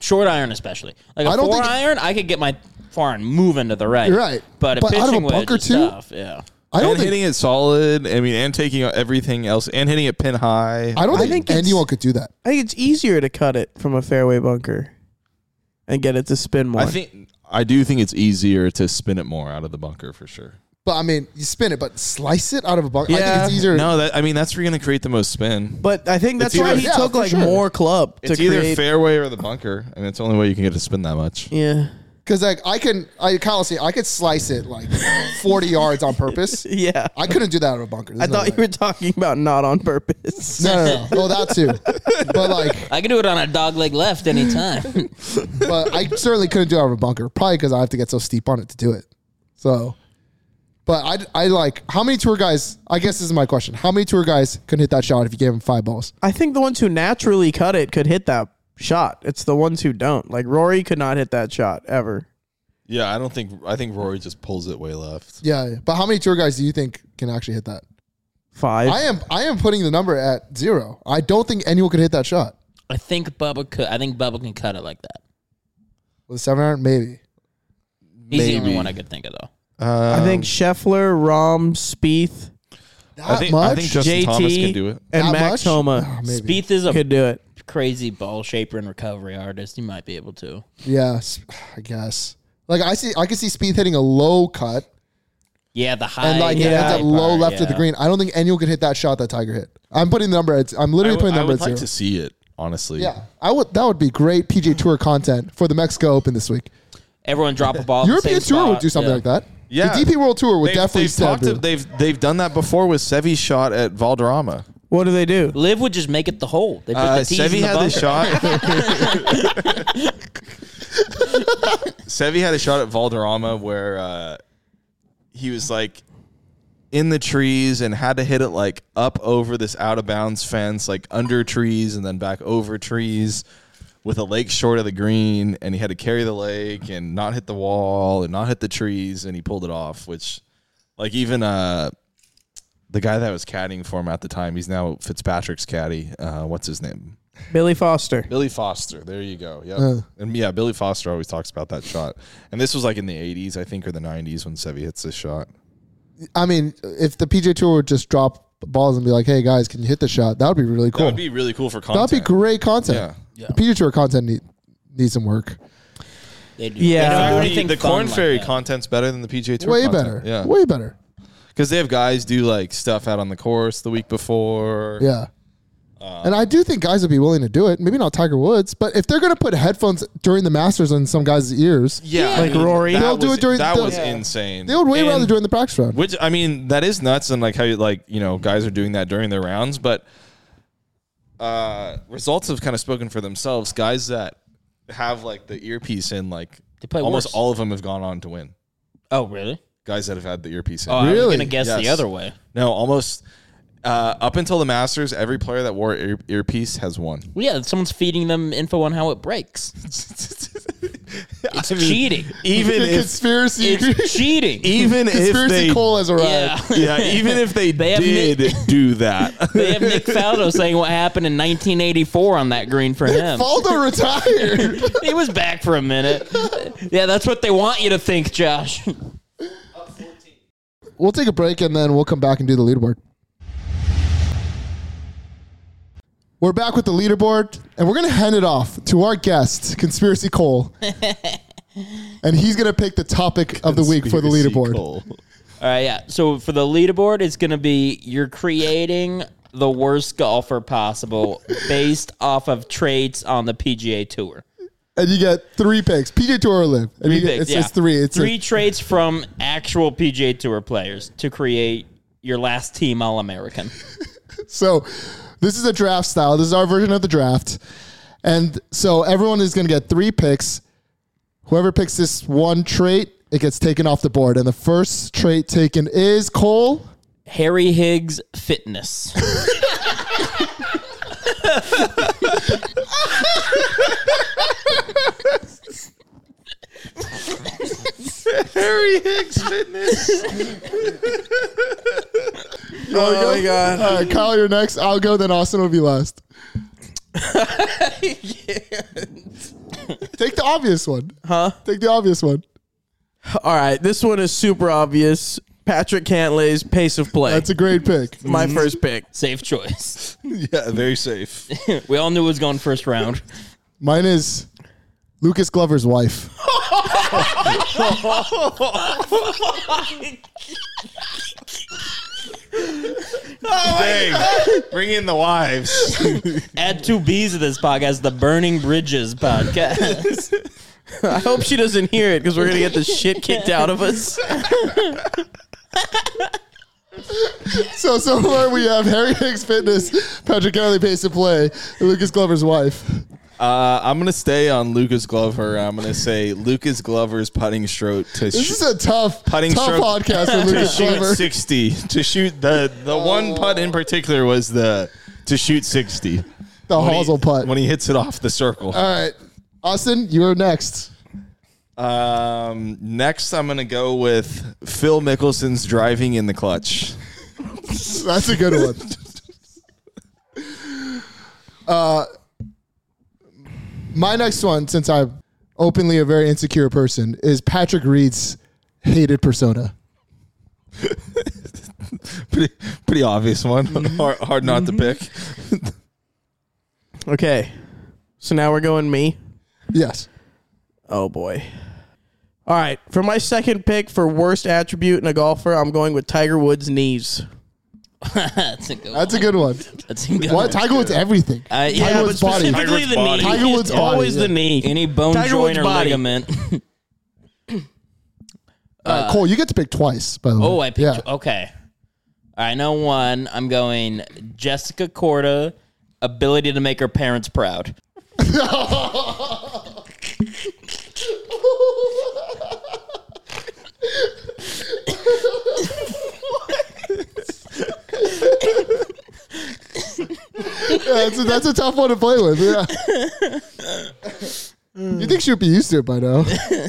Speaker 2: Short iron, especially. Like a
Speaker 1: I don't
Speaker 2: four
Speaker 1: think-
Speaker 2: iron, I could get my four iron moving to the right.
Speaker 1: You're right.
Speaker 2: But a
Speaker 1: But out of a
Speaker 2: pitching wedge
Speaker 1: bunker
Speaker 2: is
Speaker 1: too?
Speaker 2: tough. Yeah.
Speaker 1: I don't
Speaker 4: and
Speaker 1: think
Speaker 4: hitting it solid. I mean, and taking everything else, and hitting it pin high.
Speaker 1: I don't
Speaker 3: I
Speaker 1: think,
Speaker 3: think it's-
Speaker 1: anyone could do that.
Speaker 3: I think it's easier to cut it from a fairway bunker and get it to spin more.
Speaker 4: I think I do think it's easier to spin it more out of the bunker for sure.
Speaker 1: But I mean, you spin it, but slice it out of a bunker. I think
Speaker 3: Yeah.
Speaker 1: it's easier.
Speaker 4: No, that I mean that's where you're gonna create the most spin.
Speaker 3: But I think that's
Speaker 4: It's
Speaker 3: why
Speaker 4: either-
Speaker 3: he
Speaker 1: Yeah,
Speaker 3: took
Speaker 1: for
Speaker 3: like
Speaker 1: sure.
Speaker 3: more club
Speaker 4: it's
Speaker 3: to
Speaker 4: either
Speaker 3: create.
Speaker 4: fairway or the bunker, and it's the only way you can get to spin that much.
Speaker 3: yeah.
Speaker 1: Because like I can, I kind of see, I could slice it like forty yards on purpose.
Speaker 3: Yeah.
Speaker 1: I couldn't do that out of a bunker.
Speaker 3: I thought you were talking about not on purpose.
Speaker 1: No, no, no. Oh, that too. But like,
Speaker 2: I could do it on a dog leg left anytime.
Speaker 1: but I certainly couldn't do it out of a bunker. Probably because I have to get so steep on it to do it. So, but I, I like how many tour guys? I guess this is my question. How many tour guys can hit that shot if you gave them five balls?
Speaker 3: I think the ones who naturally cut it could hit that shot. It's the ones who don't. Like Rory could not hit that shot ever.
Speaker 4: Yeah, I don't think I think Rory just pulls it way left.
Speaker 1: Yeah, yeah. but how many tour guys do you think can actually hit that?
Speaker 3: Five.
Speaker 1: I am I am putting the number at zero. I don't think anyone could hit that shot
Speaker 2: I think Bubba could. I think Bubba can cut it like that.
Speaker 1: with a seven iron. Maybe
Speaker 2: He's the
Speaker 4: Maybe.
Speaker 2: only one I could think of though.
Speaker 3: I
Speaker 1: um,
Speaker 3: think Scheffler, Rom, Spieth,
Speaker 1: that
Speaker 4: I think
Speaker 1: much.
Speaker 4: I think Justin
Speaker 3: JT,
Speaker 4: Thomas can do it.
Speaker 3: and
Speaker 1: That
Speaker 3: Max
Speaker 1: much?
Speaker 3: Homa
Speaker 1: Oh, maybe.
Speaker 2: Beath is a
Speaker 3: could do it.
Speaker 2: crazy ball shaper and recovery artist. He might be able to.
Speaker 1: Yeah, s- I guess. Like I see, I could see Speed hitting a low cut,
Speaker 2: Yeah, the high
Speaker 1: and like it
Speaker 2: the
Speaker 1: ends
Speaker 2: high
Speaker 1: up low
Speaker 2: part,
Speaker 1: left of the
Speaker 2: yeah.
Speaker 1: green. I don't think anyone could hit that shot that Tiger hit. I'm putting the number. At, I'm literally
Speaker 4: I would,
Speaker 1: putting the
Speaker 4: I
Speaker 1: number
Speaker 4: would
Speaker 1: at
Speaker 4: like
Speaker 1: zero.
Speaker 4: to see it, honestly.
Speaker 1: yeah, I would. That would be great PJ Tour content for the Mexico Open this week.
Speaker 2: Everyone drop a ball. at the
Speaker 1: European
Speaker 2: same
Speaker 1: Tour would
Speaker 2: spot,
Speaker 1: do something
Speaker 2: yeah.
Speaker 1: like that.
Speaker 4: Yeah.
Speaker 1: the DP World Tour would
Speaker 4: They've,
Speaker 1: definitely
Speaker 4: they've, talked
Speaker 1: stab
Speaker 4: to- they've they've done that before with Sevi's shot at Valderrama.
Speaker 3: What do they do?
Speaker 2: Liv would just make it the hole. They put
Speaker 4: Uh,
Speaker 2: the tees in the
Speaker 4: Sevi had
Speaker 2: bunker.
Speaker 4: this shot. Sevi had a shot at Valderrama where uh, he was like in the trees and had to hit it like up over this out of bounds fence, like under trees and then back over trees with a lake short of the green. And he had to carry the lake and not hit the wall and not hit the trees. And he pulled it off, which, like, even. Uh, the guy that was caddying for him at the time, he's now Fitzpatrick's caddy. Uh, what's his name?
Speaker 3: Billy Foster.
Speaker 4: Billy Foster. There you go. Yep.
Speaker 1: Uh.
Speaker 4: And yeah, Billy Foster always talks about that shot. And this was like in the 80s, I think, or the 90s when Sevi hits this shot.
Speaker 1: I mean, if the PJ Tour would just drop balls and be like, "Hey guys, can you hit the shot?" That would be really
Speaker 4: That
Speaker 1: cool.
Speaker 4: would be really cool for
Speaker 1: That'd
Speaker 4: content.
Speaker 1: be great content.
Speaker 4: Yeah.
Speaker 1: The PJ Tour content need, needs some work.
Speaker 2: They do. They don't
Speaker 3: Yeah.
Speaker 2: do
Speaker 3: Exactly.
Speaker 2: anything
Speaker 4: the
Speaker 2: fun
Speaker 4: Corn
Speaker 2: like
Speaker 4: Fairy
Speaker 2: that.
Speaker 4: content's better than the PJ Tour.
Speaker 1: Way
Speaker 4: content.
Speaker 1: better.
Speaker 4: Yeah.
Speaker 1: Way better.
Speaker 4: Because they have guys do like stuff out on the course the week before.
Speaker 1: Yeah.
Speaker 4: Uh,
Speaker 1: and I do think guys would be willing to do it. Maybe not Tiger Woods, but if they're going to put headphones during the Masters on some guys' ears,
Speaker 4: Yeah.
Speaker 3: Like
Speaker 4: I mean,
Speaker 3: Rory.
Speaker 4: That
Speaker 1: They'll
Speaker 4: was,
Speaker 1: do it during
Speaker 4: That
Speaker 1: the-
Speaker 4: was
Speaker 1: Yeah.
Speaker 4: insane.
Speaker 1: they would way
Speaker 4: And-
Speaker 1: rather join the practice round.
Speaker 4: Which I mean, that is nuts, and like how you like you know guys are doing that during their rounds, but uh results have kind of spoken for themselves. Guys that have like the earpiece in, like
Speaker 2: They play
Speaker 4: almost
Speaker 2: worse.
Speaker 4: all of them have gone on to win.
Speaker 2: Oh, really?
Speaker 4: Guys that have had the earpiece in.
Speaker 2: Oh, I was
Speaker 1: Really?
Speaker 2: gonna guess the
Speaker 4: Yes.
Speaker 2: other way.
Speaker 4: No, almost uh, up until the Masters, every player that wore ear- earpiece has won.
Speaker 2: Well, yeah, someone's feeding them info on how it breaks. It's cheating.
Speaker 4: Even
Speaker 1: Good
Speaker 4: if
Speaker 1: conspiracy,
Speaker 2: It's cheating.
Speaker 4: even if
Speaker 1: conspiracy
Speaker 4: they
Speaker 1: Cole has arrived.
Speaker 2: Yeah.
Speaker 4: yeah, even if they,
Speaker 2: They have
Speaker 4: did do that.
Speaker 2: They have Nick Faldo saying what happened in 1984 on that green for him.
Speaker 1: Faldo retired.
Speaker 2: He was back for a minute. Yeah, that's what they want you to think, Josh.
Speaker 1: we'll take a break and then we'll come back and do the leaderboard. We're back with the leaderboard, and we're going to hand it off to our guest, Conspiracy Cole. and he's going to pick the topic of the week for the
Speaker 4: Conspiracy
Speaker 1: leaderboard.
Speaker 4: Cole.
Speaker 2: All right, yeah. So for the leaderboard, it's going to be you're creating the worst golfer possible based off of traits on the PGA Tour.
Speaker 1: And you get three picks PJ Tour or Live. And you get,
Speaker 2: Picks,
Speaker 1: it's,
Speaker 2: yeah.
Speaker 1: it's three. It's
Speaker 2: three
Speaker 1: A,
Speaker 2: traits from actual PGA Tour players to create your last team All American.
Speaker 1: So this is a draft style. This is our version of the draft. And so everyone is going to get three picks. Whoever picks this one trait, it gets taken off the board. And the first trait taken is Cole.
Speaker 2: Harry Higgs fitness.
Speaker 4: Harry Hicks Fitness.
Speaker 3: Oh my god.
Speaker 1: All right, Kyle, you're next. I'll go, then Austin will be last. Take the obvious one. Huh? Take the obvious one.
Speaker 3: All right, this one is super obvious. Patrick Cantlay's pace of play.
Speaker 1: That's a great pick.
Speaker 3: my first pick.
Speaker 2: Safe choice.
Speaker 4: Yeah, very safe.
Speaker 2: We all knew it was going first round.
Speaker 1: Mine is Lucas Glover's wife.
Speaker 4: Bang. Bring in the wives.
Speaker 2: Add two B's to this podcast, the Burning Bridges podcast.
Speaker 3: I hope she doesn't hear it because we're gonna get the shit kicked out of us.
Speaker 1: So so far we have Harry Hicks Fitness, Patrick Kelly Pace to Play, and Lucas Glover's wife.
Speaker 4: Uh, I'm gonna stay on Lucas Glover. I'm gonna say Lucas Glover's putting stroke to
Speaker 1: This
Speaker 4: sh-
Speaker 1: is a tough,
Speaker 4: Putting
Speaker 1: tough
Speaker 4: stroke.
Speaker 1: podcast with
Speaker 4: to
Speaker 1: Lucas
Speaker 4: shoot
Speaker 1: Glover.
Speaker 4: 60 to shoot the the
Speaker 1: Oh.
Speaker 4: one putt in particular was the to shoot 60
Speaker 1: The
Speaker 4: When he-
Speaker 1: Hazel putt.
Speaker 4: when he hits it off the circle.
Speaker 1: All right, Austin, you're next.
Speaker 4: Um, next, I'm gonna go with Phil Mickelson's driving in the clutch.
Speaker 1: That's a good one. Uh, my next one, since I'm openly a very insecure person, is Patrick Reed's hated persona.
Speaker 4: Pretty pretty obvious one.
Speaker 1: Mm-hmm.
Speaker 4: Hard, hard not to pick.
Speaker 3: Okay, so now we're going me.
Speaker 1: Yes.
Speaker 3: Oh boy. All right, for my second pick for worst attribute in a golfer, I'm going with Tiger Woods' knees.
Speaker 2: That's a good.
Speaker 1: That's a
Speaker 2: one.
Speaker 1: good one.
Speaker 2: That's a good.
Speaker 1: What?
Speaker 2: one.
Speaker 1: Tiger Woods, everything.
Speaker 2: Uh, yeah,
Speaker 1: Tiger
Speaker 2: but
Speaker 1: Woods' body.
Speaker 2: specifically
Speaker 4: Tiger Woods'
Speaker 2: the
Speaker 4: body.
Speaker 2: knee.
Speaker 1: Tiger Woods'
Speaker 2: It's
Speaker 1: always the
Speaker 3: knee.
Speaker 2: Any bone
Speaker 3: Tiger
Speaker 2: joint
Speaker 3: Woods'
Speaker 2: or
Speaker 3: body.
Speaker 2: ligament.
Speaker 1: Uh, Cole, you get to pick twice, by the way.
Speaker 2: Oh, I picked.
Speaker 1: Yeah.
Speaker 2: Okay. I know one. I'm going Jessica Corda, ability to make her parents proud.
Speaker 1: Yeah, that's, a, that's a tough one to play with. Yeah. you think she would be used to it by now?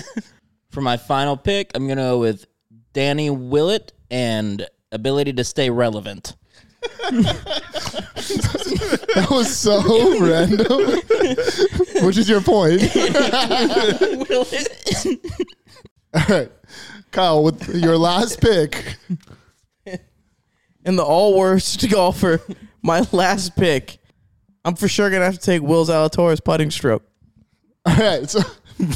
Speaker 2: For my final pick, I'm going to go with Danny Willett and ability to stay relevant.
Speaker 1: That was so random. Which is your point. All right. Kyle, with your last pick,
Speaker 3: And the all worst golfer, my last pick, I'm for sure gonna have to take Will Zalatoris putting stroke
Speaker 1: all right, so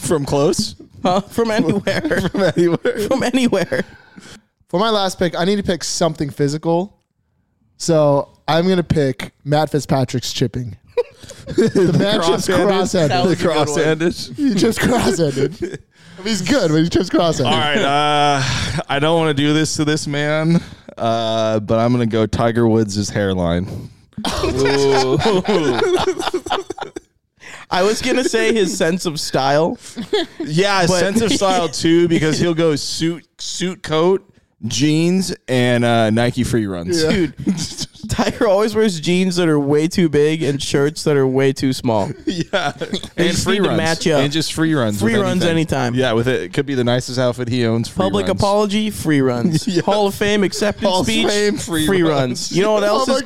Speaker 4: From close?
Speaker 3: huh? from anywhere,
Speaker 4: From anywhere?
Speaker 3: from anywhere.
Speaker 1: for my last pick, I need to pick something physical. So I'm gonna pick Matt Fitzpatrick's chipping. the, man chips cross-handed.
Speaker 4: The cross
Speaker 1: cross-handed.
Speaker 4: handed.
Speaker 1: He chips cross-handed. I mean, he's good, but he chips cross-handed.
Speaker 4: All right. Uh, I don't want to do this to this man, uh, but I'm going to go Tiger Woods' hairline.
Speaker 3: I was gonna say his sense of style.
Speaker 4: Yeah, sense of style too, because he'll go suit suit coat, jeans, and uh, Nike free runs.
Speaker 1: Yeah.
Speaker 3: Dude, Tiger always wears jeans that are way too big and shirts that are way too small.
Speaker 4: Yeah, and
Speaker 3: just
Speaker 4: free
Speaker 3: need to
Speaker 4: runs,
Speaker 3: match up.
Speaker 4: and just free runs,
Speaker 3: Free
Speaker 4: with
Speaker 3: runs anytime.
Speaker 4: Yeah, with it, it could be the nicest outfit he owns. Free
Speaker 3: Public
Speaker 4: runs.
Speaker 3: apology, free runs.
Speaker 4: Yeah.
Speaker 3: Hall of Fame acceptance
Speaker 4: Hall of
Speaker 3: speech,
Speaker 4: Fame, free runs.
Speaker 3: You know what else is
Speaker 1: Public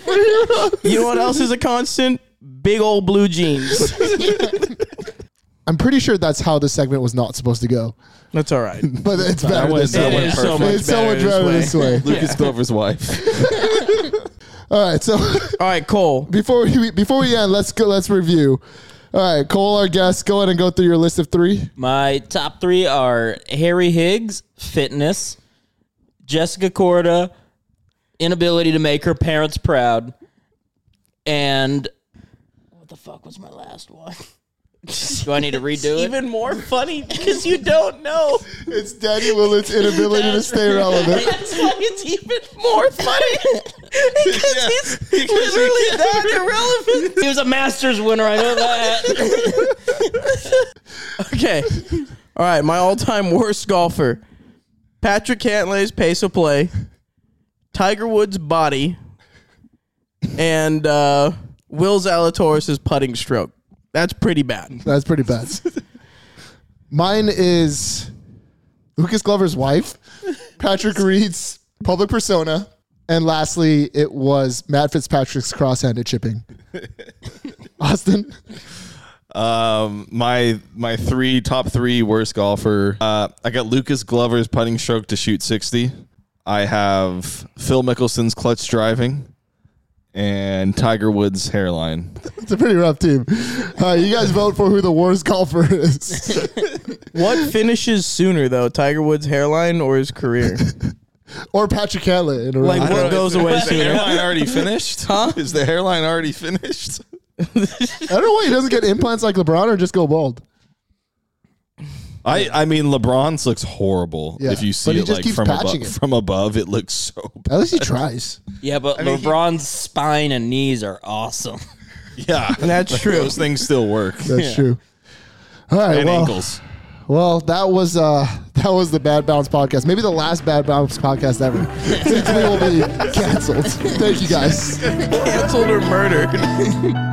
Speaker 1: apology for you.
Speaker 3: You know what else is a constant? Big old blue jeans.
Speaker 1: I'm pretty sure that's how this segment was not supposed to go,
Speaker 3: That's all right.
Speaker 1: but it's better
Speaker 4: went-
Speaker 1: this
Speaker 4: that
Speaker 1: way.
Speaker 4: went
Speaker 1: it's
Speaker 4: perfect.
Speaker 1: so much better this way.
Speaker 4: Lucas Glover's wife.
Speaker 1: All right, so
Speaker 3: All right, Cole.
Speaker 1: before we before we end, let's go. Let's review. All right, Cole, our guest, go ahead and go through your list of three.
Speaker 2: My top three are Harry Higgs, fitness, Jessica Corda, inability to make her parents proud, and what the fuck was my last one? Do I need to redo it?
Speaker 3: Even more funny because you don't know.
Speaker 1: It's Danny Willett's inability to stay relevant.
Speaker 3: That's why it's even more funny because he's literally that irrelevant.
Speaker 2: He was a Masters winner. I know that.
Speaker 3: Okay. All right, my all-time worst golfer, Patrick Cantlay's pace of play, Tiger Woods' body, and uh, Will Zalatoris' putting stroke. That's pretty bad.
Speaker 1: That's pretty bad. Mine is Lucas Glover's wife, Patrick Reed's public persona, and lastly, it was Matt Fitzpatrick's cross-handed chipping. Austin,
Speaker 4: Um, my my three top three worst golfer. Uh, I got Lucas Glover's putting stroke to shoot sixty. I have Phil Mickelson's clutch driving, and Tiger Woods' hairline.
Speaker 1: it's a pretty rough team. Uh, you guys vote for who the worst golfer is.
Speaker 3: What finishes sooner, though, Tiger Woods' hairline or his career?
Speaker 1: or Patrick Cantley in a row.
Speaker 3: Like, what goes away
Speaker 4: Is the
Speaker 3: sooner?
Speaker 4: hairline already finished? Huh? Is the hairline already finished?
Speaker 1: I don't know why he doesn't get implants like LeBron or just go bald.
Speaker 4: I, I mean LeBron's looks horrible
Speaker 1: Yeah,
Speaker 4: if you see
Speaker 1: but he
Speaker 4: it
Speaker 1: just
Speaker 4: like
Speaker 1: keeps
Speaker 4: from above.
Speaker 1: patching it.
Speaker 4: From above, it looks so bad.
Speaker 1: At least he tries.
Speaker 2: yeah, but LeBron's spine and knees are awesome.
Speaker 4: Yeah,
Speaker 3: That's
Speaker 4: Like,
Speaker 3: true.
Speaker 4: Those things still work.
Speaker 1: That's true. All right,
Speaker 4: And
Speaker 1: well,
Speaker 4: ankles.
Speaker 1: Well, that was uh, that was the Bad Bounce podcast. Maybe the last Bad Bounce podcast ever, since we will be canceled. Thank you guys.
Speaker 3: Canceled or murdered?